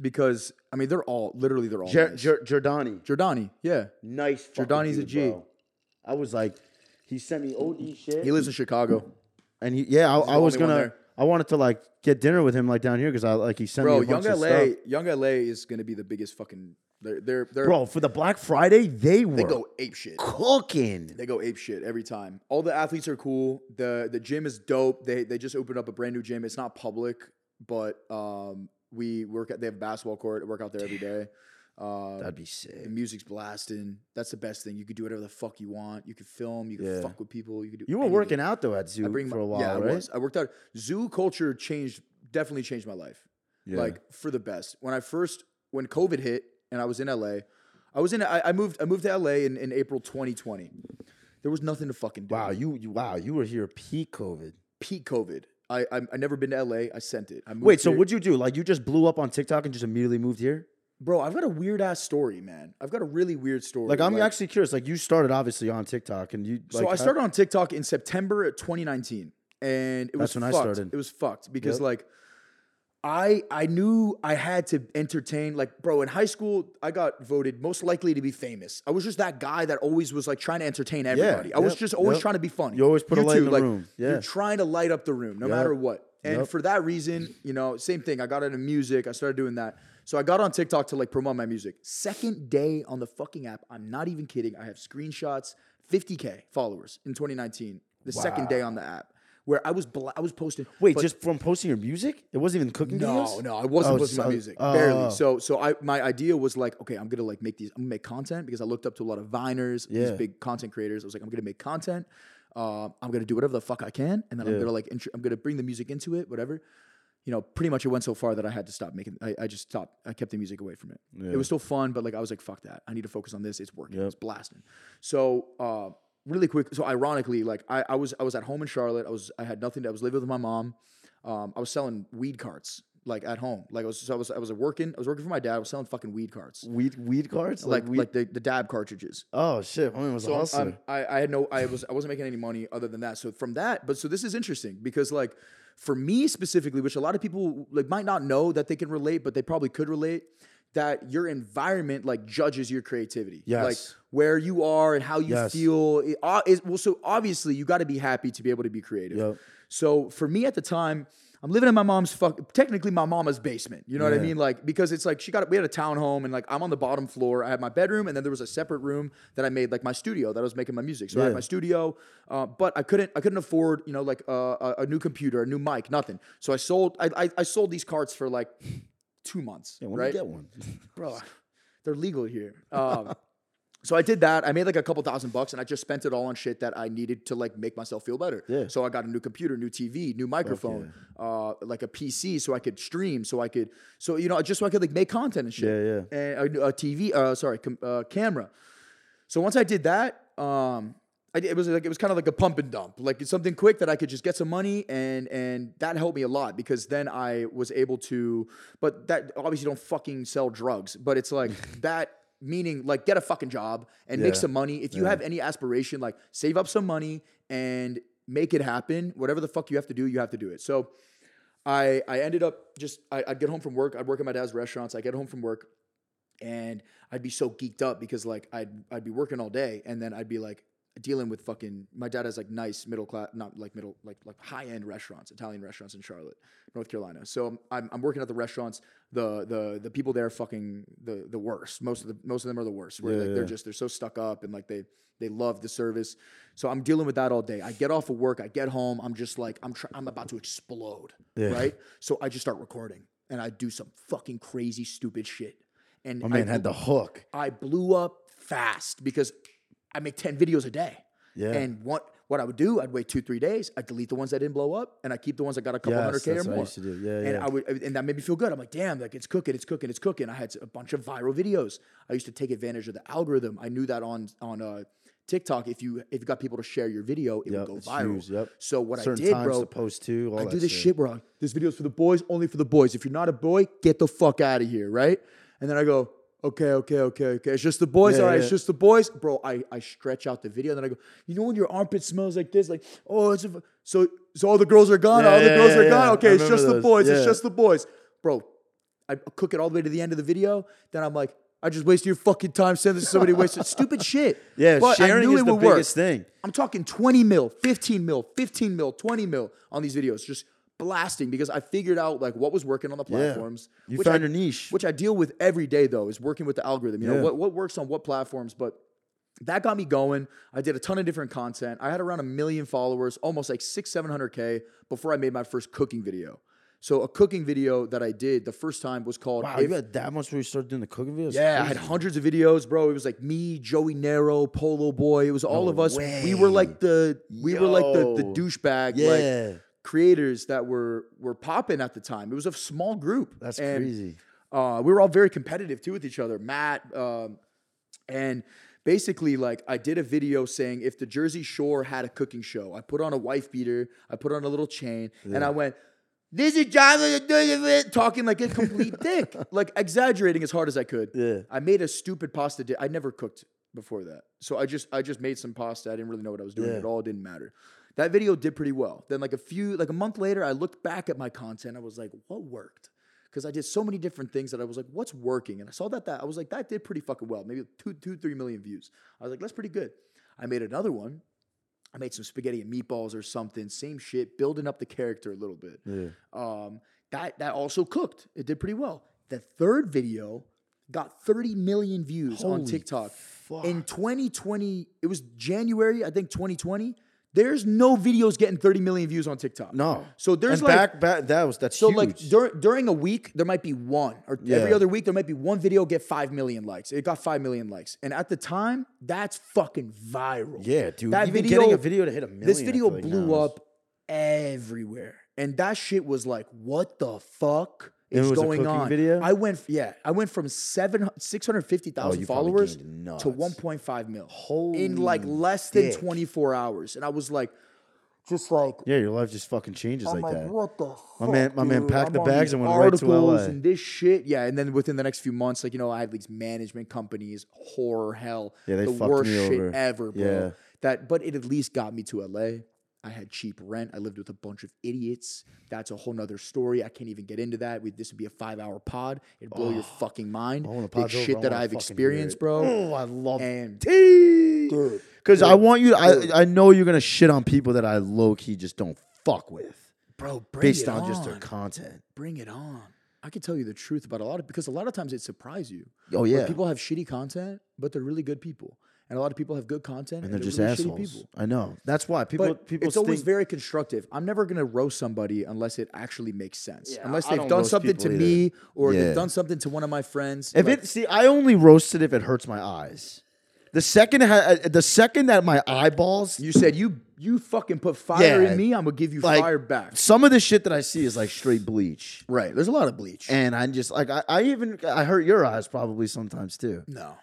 Speaker 2: because I mean they're all literally they're all
Speaker 1: Jer-
Speaker 2: nice.
Speaker 1: Jer- Giordani.
Speaker 2: Giordani. Yeah,
Speaker 1: Nice. fucking
Speaker 2: Giordani's a
Speaker 1: dude,
Speaker 2: G.
Speaker 1: bro. I was like, he sent me OD shit.
Speaker 2: he lives in Chicago.
Speaker 1: and he yeah, I, I
Speaker 2: the
Speaker 1: was
Speaker 2: only
Speaker 1: gonna.
Speaker 2: one there.
Speaker 1: I wanted to like get dinner with him like down here because I like he sent
Speaker 2: Bro,
Speaker 1: me a
Speaker 2: Young
Speaker 1: bunch
Speaker 2: LA,
Speaker 1: of stuff.
Speaker 2: Young LA is gonna be the biggest fucking. They're they're they're
Speaker 1: Bro, for the Black Friday, they were
Speaker 2: they go ape shit.
Speaker 1: cooking.
Speaker 2: They go ape shit every time. All the athletes are cool. the The gym is dope. They they just opened up a brand new gym. It's not public, but um we work. At, they have a basketball court. I work out there every day. Um,
Speaker 1: That'd be sick.
Speaker 2: The music's blasting. That's the best thing. You could do whatever the fuck you want. You could film. You could
Speaker 1: Yeah.
Speaker 2: fuck with people. You could do.
Speaker 1: You were
Speaker 2: anything.
Speaker 1: working out though at Zoo
Speaker 2: I bring
Speaker 1: for
Speaker 2: my-
Speaker 1: a while,
Speaker 2: Yeah,
Speaker 1: right?
Speaker 2: I was. I worked out. Zoo culture changed. Definitely changed my life.
Speaker 1: Yeah.
Speaker 2: Like for the best. When I first when COVID hit and I was in LA, I was in. I, I moved. I moved to LA in, in April 2020. There was nothing to fucking do.
Speaker 1: Wow, you, you wow, you were here peak COVID.
Speaker 2: Peak COVID. I I I never been to LA. I sent it. I moved
Speaker 1: Wait, so
Speaker 2: here.
Speaker 1: what'd you do? Like you just blew up on TikTok and just immediately moved here?
Speaker 2: bro? I've got a weird ass story, man. I've got a really weird story.
Speaker 1: Like I'm actually curious. Like you started obviously on TikTok and you like,
Speaker 2: so I
Speaker 1: how-
Speaker 2: started on TikTok in September of 2019, and it
Speaker 1: That's
Speaker 2: was
Speaker 1: when I
Speaker 2: fucked.
Speaker 1: started.
Speaker 2: It was fucked because
Speaker 1: Yep.
Speaker 2: like I I knew I had to entertain like bro in high school I got voted most likely to be famous. I was just that guy that always was like trying to entertain everybody. I was
Speaker 1: yep,
Speaker 2: just always
Speaker 1: yep.
Speaker 2: trying to be funny.
Speaker 1: You always put a light in the
Speaker 2: like,
Speaker 1: room.
Speaker 2: You're
Speaker 1: Yeah.
Speaker 2: trying to light up the room no matter what. And
Speaker 1: Yep.
Speaker 2: for that reason, you know, same thing. I got into music. I started doing that. So I got on TikTok to like promote my music. Second day on the fucking app. I'm not even kidding. I have screenshots. 50k followers in 2019. The second day on the app. where I was bla- I was posting.
Speaker 1: Wait,
Speaker 2: but-
Speaker 1: just from posting your music? It wasn't even cooking
Speaker 2: no,
Speaker 1: videos?
Speaker 2: no, I wasn't
Speaker 1: Oh,
Speaker 2: posting my
Speaker 1: so-
Speaker 2: music
Speaker 1: oh, oh.
Speaker 2: barely. So, so I my idea was like, okay, I'm gonna like make these. I'm gonna make content because I looked up to a lot of viners,
Speaker 1: Yeah.
Speaker 2: these big content creators. I was like, I'm gonna make content. Uh, I'm gonna do whatever the fuck I can, and then I'm gonna like, intro- I'm gonna bring the music into it, whatever. You know, pretty much it went so far that I had to stop making. I, I just stopped. I kept the music away from it. It was still fun, but like I was like, fuck that. I need to focus on this. It's working. It's blasting. So. Uh, Really quick. So ironically, like I, I was I was at home in Charlotte. I was I had nothing. To, I was living with my mom. Um, I was selling weed carts like at home. Like I was, so I was, I was working, I was working for my dad. I was selling fucking weed carts,
Speaker 1: Weed weed cards?
Speaker 2: like
Speaker 1: weed-
Speaker 2: like the, the dab cartridges.
Speaker 1: Oh shit. I mean, it was a
Speaker 2: So
Speaker 1: hustler.
Speaker 2: I'm- I, I had no, I was, I wasn't making any money other than that. So from that, but so this is interesting because like for me specifically, which a lot of people like might not know that they can relate, but they probably could relate that your environment like judges your creativity. Like
Speaker 1: Yes.
Speaker 2: where you are and how you
Speaker 1: Yes.
Speaker 2: feel. It, uh, is, well, so obviously you got to be happy to be able to be creative.
Speaker 1: Yep.
Speaker 2: So for me at the time, I'm living in my mom's fuck technically my mama's basement. You know what I mean? Like because it's like she got we had a townhome and like I'm on the bottom floor. I had my bedroom and then there was a separate room that I made like my studio that I was making my music. So I had my studio, uh, but I couldn't I couldn't afford you know like uh, a, a new computer, a new mic, nothing. So I sold I I, I sold these carts for like two months.
Speaker 1: yeah, when
Speaker 2: right?
Speaker 1: you get one.
Speaker 2: bro, they're legal here. Um, so I did that. I made like a couple thousand bucks, and I just spent it all on shit that I needed to like make myself feel better.
Speaker 1: Yeah.
Speaker 2: So I got a new computer, new TV, new microphone, uh, like a PC, so I could stream, so I could, so you know, just so I could like make content and shit.
Speaker 1: Yeah,
Speaker 2: yeah. And a, a TV, uh, sorry, com- uh, camera. So once I did that, um, I, did- it was like it was kind of like a pump and dump, like it's something quick that I could just get some money, and and that helped me a lot because then I was able to. But that obviously don't fucking sell drugs, but it's like that meaning like get a fucking job and make
Speaker 1: Yeah.
Speaker 2: some money. If you have any aspiration, like save up some money and make it happen. Whatever the fuck you have to do, you have to do it. So. I, I ended up just I, I'd get home from work. I'd work at my dad's restaurants. I would get home from work, and I'd be so geeked up because like I'd I'd be working all day and then I'd be like dealing with fucking my dad has like nice middle class not like middle like like high end restaurants Italian restaurants in Charlotte North Carolina so I'm, I'm I'm working at the restaurants the the the people there are fucking the the worst most of the most of them are the worst where like they're just they're so stuck up and like they they love the service so I'm dealing with that all day I get off of work I get home I'm just like I'm try- I'm about to explode right so I just start recording and I do some fucking crazy stupid shit and
Speaker 1: My man
Speaker 2: I,
Speaker 1: had the hook.
Speaker 2: I blew up fast because I make 10 videos a day.
Speaker 1: Yeah.
Speaker 2: And what what I would do, I'd wait two, three days, I'd delete the ones that didn't blow up, and I keep the ones that got a couple
Speaker 1: Yes,
Speaker 2: hundred K or
Speaker 1: that's what I
Speaker 2: more.
Speaker 1: used to do. Yeah,
Speaker 2: and
Speaker 1: yeah.
Speaker 2: I would and that made me feel good. I'm like, damn, like it's cooking, it's cooking, it's cooking. I had a bunch of viral videos. I used to take advantage of the algorithm. I knew that on on uh TikTok, if you if you got people to share your video, it
Speaker 1: Yep,
Speaker 2: would go
Speaker 1: it's
Speaker 2: viral.
Speaker 1: huge, yep.
Speaker 2: So what
Speaker 1: Certain
Speaker 2: I did,
Speaker 1: times
Speaker 2: bro,
Speaker 1: to post too. All
Speaker 2: I
Speaker 1: that
Speaker 2: do this
Speaker 1: shit.
Speaker 2: shit where I'm, this video's for the boys, only for the boys. If you're not a boy, get the fuck out of here, right? And then I go, okay, okay, okay, okay. It's just the boys.
Speaker 1: Yeah,
Speaker 2: All right,
Speaker 1: yeah.
Speaker 2: it's just the boys, bro. I, I stretch out the video, then I go, you know when your armpit smells like this, like oh, it's a, so so all the girls are gone,
Speaker 1: Yeah,
Speaker 2: all the
Speaker 1: yeah,
Speaker 2: girls
Speaker 1: yeah,
Speaker 2: are
Speaker 1: yeah.
Speaker 2: gone.
Speaker 1: I
Speaker 2: Okay, it's
Speaker 1: remember
Speaker 2: just the
Speaker 1: those.
Speaker 2: boys.
Speaker 1: Yeah.
Speaker 2: It's just the boys, bro. I cook it all the way to the end of the video. Then I'm like, I just wasted your fucking time sending this to somebody wasted stupid shit.
Speaker 1: Yeah,
Speaker 2: but I
Speaker 1: sharing
Speaker 2: knew
Speaker 1: is
Speaker 2: it
Speaker 1: the
Speaker 2: would work.
Speaker 1: biggest thing.
Speaker 2: I'm talking 20 mil, 15 mil, 15 mil, 20 mil on these videos, just blasting because I figured out like what was working on the platforms.
Speaker 1: You
Speaker 2: which
Speaker 1: found
Speaker 2: I-
Speaker 1: your niche.
Speaker 2: Which I deal with every day though, is working with the algorithm. You
Speaker 1: Yeah.
Speaker 2: know, what, what works on what platforms, but that got me going. I did a ton of different content. I had around a million followers, almost like six, seven hundred K before I made my first cooking video. So a cooking video that I did the first time was called
Speaker 1: Wow,
Speaker 2: If-
Speaker 1: you had that much where you started doing the cooking videos?
Speaker 2: yeah, I had hundreds of videos, bro. It was like me, Joey Nero, Polo Boy. It was all of us. We were like the we were like the the
Speaker 1: Yo.
Speaker 2: douchebag
Speaker 1: Yeah.
Speaker 2: like creators that were were popping at the time. It was a small group.
Speaker 1: That's
Speaker 2: And,
Speaker 1: crazy.
Speaker 2: Uh, we were all very competitive too with each other. Matt, um, and basically, like, I did a video saying if the Jersey Shore had a cooking show, I put on a wife beater, I put on a little chain, and I went, this is John talking like a complete dick, like exaggerating as hard as I could.
Speaker 1: Yeah.
Speaker 2: I made a stupid pasta dish. I never cooked before that, so I just I just made some pasta. I didn't really know what I was doing
Speaker 1: Yeah.
Speaker 2: at all. It didn't matter. That video did pretty well. Then like a few like a month later, I looked back at my content. I was like, what worked? Because I did so many different things that I was like, what's working? And I saw that that I was like, that did pretty fucking well. Maybe two two three million views. I was like, that's pretty good. I made another one. I made some spaghetti and meatballs or something. Same shit, building up the character a little bit. Um, that that also cooked. It did pretty well. The third video got 30 million views on TikTok in 2020. It was January, I think 2020. There's no videos getting 30 million views on TikTok.
Speaker 1: No.
Speaker 2: So there's
Speaker 1: and
Speaker 2: like
Speaker 1: back back that was that's
Speaker 2: so
Speaker 1: huge.
Speaker 2: like during during a week there might be one or every
Speaker 1: Yeah.
Speaker 2: other week there might be one video get 5 million likes. It got 5 million likes. And at the time, that's fucking viral.
Speaker 1: yeah, dude.
Speaker 2: That
Speaker 1: even
Speaker 2: video,
Speaker 1: getting a video to hit a million.
Speaker 2: this
Speaker 1: I
Speaker 2: video
Speaker 1: feel like
Speaker 2: blew
Speaker 1: now is-
Speaker 2: up everywhere. And that shit was like, what the fuck
Speaker 1: It
Speaker 2: is
Speaker 1: was a
Speaker 2: going
Speaker 1: cooking
Speaker 2: on?
Speaker 1: video?
Speaker 2: I went yeah, I went from 7 650,000
Speaker 1: Oh, you probably
Speaker 2: followers
Speaker 1: gained
Speaker 2: to
Speaker 1: nuts.
Speaker 2: 1.5 mil
Speaker 1: Holy
Speaker 2: in like less
Speaker 1: dick.
Speaker 2: than 24 hours. And I was like just like
Speaker 1: Yeah, your life just fucking changes
Speaker 2: I'm
Speaker 1: like
Speaker 2: like,
Speaker 1: that.
Speaker 2: what the
Speaker 1: My
Speaker 2: fuck,
Speaker 1: man- my man
Speaker 2: dude?
Speaker 1: packed the
Speaker 2: I'm on
Speaker 1: bags
Speaker 2: these
Speaker 1: and went right to LA.
Speaker 2: articles And this shit, yeah. And then within the next few months, like you know, I had these management companies, horror hell,
Speaker 1: Yeah, they
Speaker 2: the
Speaker 1: fucked
Speaker 2: worst
Speaker 1: me
Speaker 2: shit
Speaker 1: over.
Speaker 2: ever, bro.
Speaker 1: Yeah.
Speaker 2: That, but it at least got me to LA. I had cheap rent. I lived with a bunch of idiots. That's a whole nother story. I can't even get into that. We, this would be a five-hour pod. It'd blow your fucking mind.
Speaker 1: when the
Speaker 2: the
Speaker 1: pod's over,
Speaker 2: shit
Speaker 1: I
Speaker 2: that
Speaker 1: wanna
Speaker 2: I've
Speaker 1: fucking hear
Speaker 2: experienced,
Speaker 1: it.
Speaker 2: bro.
Speaker 1: Oh, I love
Speaker 2: And
Speaker 1: tea. Because I want you. To, I I know you're gonna shit on people that I low key just don't fuck with
Speaker 2: bro, bring
Speaker 1: based
Speaker 2: it
Speaker 1: on just their
Speaker 2: on.
Speaker 1: content.
Speaker 2: bring it on. I can tell you the truth about a lot of because a lot of times it surprises you.
Speaker 1: Oh,
Speaker 2: Where
Speaker 1: yeah.
Speaker 2: people have shitty content, but they're really good people, and a lot of people have good content
Speaker 1: And they're just
Speaker 2: really shitty
Speaker 1: assholes.
Speaker 2: people.
Speaker 1: I know. That's why people
Speaker 2: But
Speaker 1: people
Speaker 2: it's always
Speaker 1: think-
Speaker 2: very constructive. I'm never gonna roast somebody unless it actually makes sense.
Speaker 1: Yeah,
Speaker 2: unless
Speaker 1: I
Speaker 2: they've
Speaker 1: don't
Speaker 2: done
Speaker 1: roast
Speaker 2: something to
Speaker 1: people
Speaker 2: me or
Speaker 1: Yeah.
Speaker 2: they've done something to one of my friends.
Speaker 1: If
Speaker 2: like,
Speaker 1: it see, I only roast it if it hurts my eyes. The second ha- uh, the second that my eyeballs
Speaker 2: you said you you fucking put fire
Speaker 1: Yeah,
Speaker 2: in me, I'm gonna give you
Speaker 1: like
Speaker 2: fire back.
Speaker 1: Some of the shit that I see is like straight bleach,
Speaker 2: Right. There's a lot of bleach.
Speaker 1: and I'm just like I, I even I hurt your eyes probably sometimes too.
Speaker 2: no.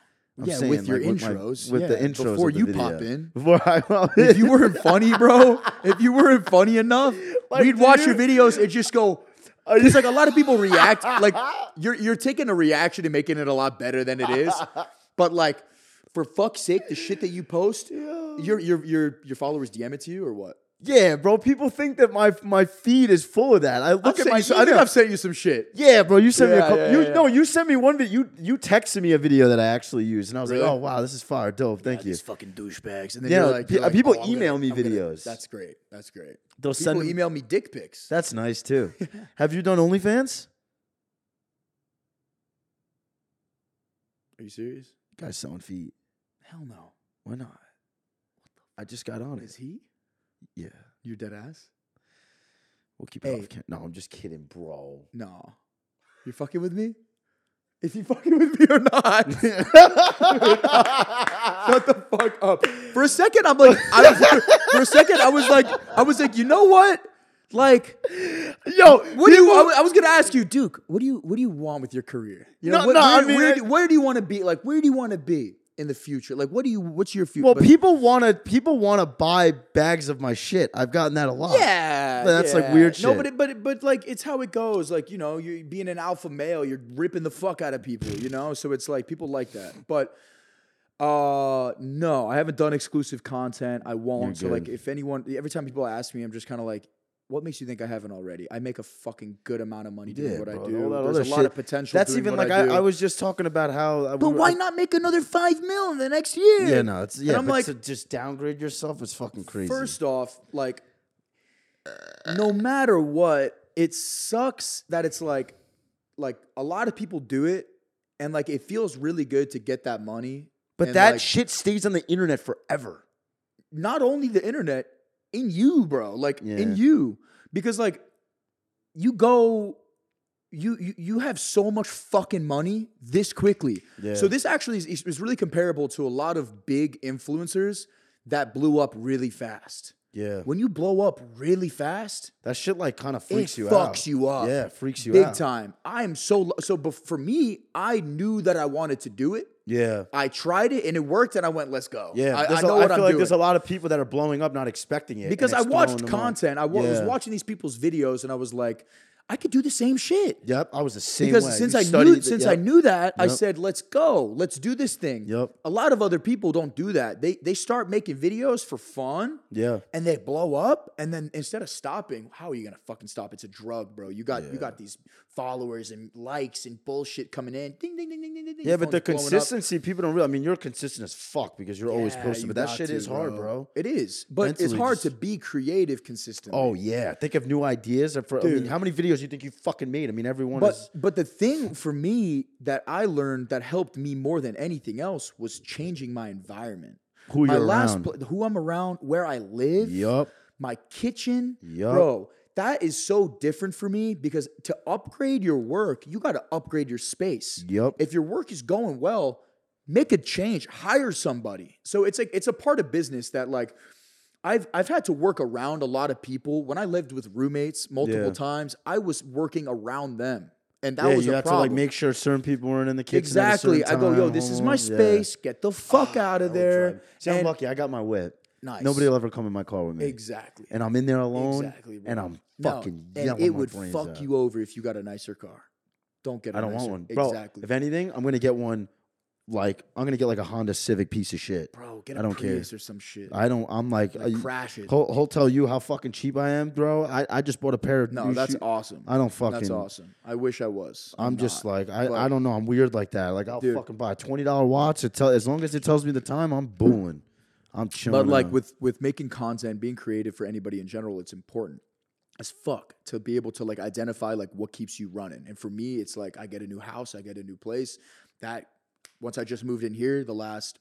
Speaker 1: I'm
Speaker 2: yeah,
Speaker 1: saying,
Speaker 2: with your
Speaker 1: like, my-
Speaker 2: intros.
Speaker 1: with the
Speaker 2: yeah,
Speaker 1: intros
Speaker 2: Before
Speaker 1: of the
Speaker 2: you
Speaker 1: video.
Speaker 2: pop in.
Speaker 1: before I
Speaker 2: if you weren't funny, bro, if you weren't funny enough, we'd watch your videos and just go. It's like a lot of people react like you're you're taking a reaction and making it a lot better than it is, but like for fuck's sake, the shit that you post, your your your your followers DM it to you or what?
Speaker 1: yeah, bro. People think that my my feed is full of that. I look at
Speaker 2: Sent
Speaker 1: my
Speaker 2: you- I think
Speaker 1: email.
Speaker 2: I've sent you some shit.
Speaker 1: Yeah, bro, you sent me a
Speaker 2: Yeah,
Speaker 1: couple.
Speaker 2: yeah,
Speaker 1: you
Speaker 2: yeah.
Speaker 1: no, you sent me one video. You you texted me a video that I actually used, and I was like,
Speaker 2: Really?
Speaker 1: oh wow, this is fire, dope, thank you.
Speaker 2: These fucking douchebags, and then
Speaker 1: Yeah,
Speaker 2: you're like,
Speaker 1: pe-
Speaker 2: you're like, "Oh,
Speaker 1: people
Speaker 2: I'm gonna-
Speaker 1: email me
Speaker 2: I'm gonna-
Speaker 1: videos.
Speaker 2: that's great. That's great.
Speaker 1: They'll
Speaker 2: People
Speaker 1: send me-
Speaker 2: email me dick pics.
Speaker 1: That's nice too. Have you done OnlyFans?
Speaker 2: Are you serious?
Speaker 1: Guy's selling feet.
Speaker 2: Hell no.
Speaker 1: Why not? I just got on
Speaker 2: Is
Speaker 1: it.
Speaker 2: he?
Speaker 1: Yeah,
Speaker 2: You're dead ass.
Speaker 1: we'll keep it
Speaker 2: Hey.
Speaker 1: off. cam- No, I'm just kidding, bro.
Speaker 2: No. You're fucking with me? Is he fucking with me or not? Shut the fuck up. For a second, I'm like, I was, for a second, I was like, I was like, you know what? Like,
Speaker 1: Yo,
Speaker 2: what do you? I was, I was gonna ask you, Duke. What do you? What do you want with your career? You know,
Speaker 1: No,
Speaker 2: what,
Speaker 1: no,
Speaker 2: where,
Speaker 1: I mean,
Speaker 2: where,
Speaker 1: I-
Speaker 2: do, where do you want to be? Like, where do you want to be in the future? Like, what do you? What's your future?
Speaker 1: well, people wanna people wanna buy bags of my shit. I've gotten that a lot.
Speaker 2: Yeah,
Speaker 1: That's, like,
Speaker 2: yeah.
Speaker 1: weird
Speaker 2: No,
Speaker 1: shit.
Speaker 2: but it, but it, but like it's how it goes. Like you know, you being an alpha male, you're ripping the fuck out of people. You know, so it's like people like that. But uh, no, I haven't done exclusive content. I won't. So
Speaker 1: You're
Speaker 2: like,
Speaker 1: good.
Speaker 2: if anyone, every time people ask me, I'm just kind of like. What makes you think I haven't already? I make a fucking good amount of money doing
Speaker 1: Yeah,
Speaker 2: what
Speaker 1: bro,
Speaker 2: I
Speaker 1: all
Speaker 2: do.
Speaker 1: that
Speaker 2: There's
Speaker 1: other
Speaker 2: a lot
Speaker 1: shit.
Speaker 2: of potential.
Speaker 1: That's
Speaker 2: doing
Speaker 1: even like
Speaker 2: what I,
Speaker 1: I,
Speaker 2: do.
Speaker 1: I, was just talking about how. uh, I,
Speaker 2: But why not make another five mil in the next year?
Speaker 1: Yeah, no, it's yeah.
Speaker 2: I'm
Speaker 1: but
Speaker 2: like-
Speaker 1: to just downgrade yourself is fucking crazy.
Speaker 2: First off, like, no matter what, it sucks that it's like, like a lot of people do it, and like it feels really good to get that money.
Speaker 1: but
Speaker 2: and,
Speaker 1: that
Speaker 2: like,
Speaker 1: shit stays on the internet forever.
Speaker 2: not only the internet in you, bro, like
Speaker 1: Yeah.
Speaker 2: in you, because like you go. You, you you have so much fucking money this quickly.
Speaker 1: Yeah.
Speaker 2: So this actually is, is is really comparable to a lot of big influencers that blew up really fast.
Speaker 1: Yeah,
Speaker 2: When you blow up really fast,
Speaker 1: that shit like kind of freaks
Speaker 2: it
Speaker 1: you
Speaker 2: fucks
Speaker 1: out.
Speaker 2: you up.
Speaker 1: Yeah, it freaks you
Speaker 2: big
Speaker 1: out.
Speaker 2: time. I am so lo- so. Bef- for me, I knew that I wanted to do it.
Speaker 1: Yeah.
Speaker 2: I tried it and it worked, and I went, "Let's go."
Speaker 1: Yeah,
Speaker 2: I, I
Speaker 1: there's a-
Speaker 2: know what
Speaker 1: I feel
Speaker 2: I'm
Speaker 1: like
Speaker 2: doing
Speaker 1: there's a lot of people that are blowing up, not expecting it and
Speaker 2: because I
Speaker 1: it's
Speaker 2: watched
Speaker 1: throwing them off.
Speaker 2: content. I wa- was
Speaker 1: Yeah.
Speaker 2: watching these people's videos, and I was like, "I could do the same shit."
Speaker 1: Yep, I was the same
Speaker 2: Because
Speaker 1: way.
Speaker 2: since
Speaker 1: You
Speaker 2: I
Speaker 1: studied
Speaker 2: knew
Speaker 1: it,
Speaker 2: since I
Speaker 1: yep.
Speaker 2: knew that, I
Speaker 1: Yep.
Speaker 2: said, "Let's go, let's do this thing."
Speaker 1: Yep.
Speaker 2: A lot of other people don't do that. They they start making videos for fun.
Speaker 1: Yeah.
Speaker 2: and they blow up and then instead of stopping how are you gonna fucking stop it's a drug bro you got you got these followers and likes and bullshit coming in ding ding ding ding ding ding ding
Speaker 1: Yeah, but the
Speaker 2: Phone's blowing up.
Speaker 1: consistency, people don't realize. I mean, you're consistent as fuck because you're always
Speaker 2: Yeah,
Speaker 1: posting,
Speaker 2: you
Speaker 1: but that
Speaker 2: got
Speaker 1: shit
Speaker 2: to,
Speaker 1: is hard, bro.
Speaker 2: it is but it's
Speaker 1: Mentally
Speaker 2: hard
Speaker 1: just-
Speaker 2: to be creative consistently
Speaker 1: Oh yeah, think of new ideas. and For, I mean, how many videos do you think you fucking made? I mean, everyone
Speaker 2: but
Speaker 1: is.
Speaker 2: but the thing for me that I learned that helped me more than anything else was changing my environment.
Speaker 1: Who
Speaker 2: my
Speaker 1: you're
Speaker 2: last
Speaker 1: around.
Speaker 2: pla- who I'm around, where I live,
Speaker 1: Yup.
Speaker 2: my kitchen,
Speaker 1: Yup.
Speaker 2: bro. That is so different for me because to upgrade your work, you got to upgrade your space.
Speaker 1: Yup.
Speaker 2: If your work is going well, make a change, hire somebody. So it's like it's a part of business that like I've I've had to work around a lot of people. When I lived with roommates multiple
Speaker 1: Yeah.
Speaker 2: times, I was working around them, and that
Speaker 1: yeah,
Speaker 2: was
Speaker 1: you
Speaker 2: a
Speaker 1: have
Speaker 2: problem.
Speaker 1: to like make sure certain people weren't in the kitchen. at a
Speaker 2: exactly. I
Speaker 1: certain
Speaker 2: go, yo,
Speaker 1: time,
Speaker 2: this is
Speaker 1: blah,
Speaker 2: my
Speaker 1: blah, blah." Yeah. Ah,
Speaker 2: space. Get the fuck out of there.
Speaker 1: See, I'm
Speaker 2: And-
Speaker 1: lucky. I got my whip.
Speaker 2: Nice.
Speaker 1: Nobody will ever come in my car with me.
Speaker 2: Exactly.
Speaker 1: And I'm in there alone.
Speaker 2: Exactly, bro.
Speaker 1: And I'm
Speaker 2: No,
Speaker 1: fucking
Speaker 2: and
Speaker 1: yelling
Speaker 2: it
Speaker 1: my
Speaker 2: would
Speaker 1: brains
Speaker 2: fuck
Speaker 1: out.
Speaker 2: you over if you got a nicer car. Don't get. I
Speaker 1: I don't want one, bro.
Speaker 2: Exactly,
Speaker 1: If anything, I'm gonna get one. Like I'm gonna get like a Honda Civic piece of shit.
Speaker 2: bro. Get a
Speaker 1: I don't care.
Speaker 2: Prius or some shit.
Speaker 1: I don't. I'm like,
Speaker 2: Like,
Speaker 1: I-
Speaker 2: crash it.
Speaker 1: he'll, he'll tell you how fucking cheap I am, bro. I, I just bought a pair of.
Speaker 2: no,
Speaker 1: new
Speaker 2: that's
Speaker 1: shoe-
Speaker 2: awesome.
Speaker 1: I don't fucking.
Speaker 2: That's awesome. I wish I was.
Speaker 1: I'm just
Speaker 2: not.
Speaker 1: like I,
Speaker 2: but-
Speaker 1: I don't know. I'm weird like that. Like I'll
Speaker 2: Dude.
Speaker 1: fucking buy a twenty dollar watch. It tell as long as it tells me the time, I'm booing. I'm chilling.
Speaker 2: But like
Speaker 1: out.
Speaker 2: with with making content, being creative for anybody in general, it's important as fuck to be able to like identify like what keeps you running. And for me, it's like I get a new house, I get a new place. That once I just moved in here the last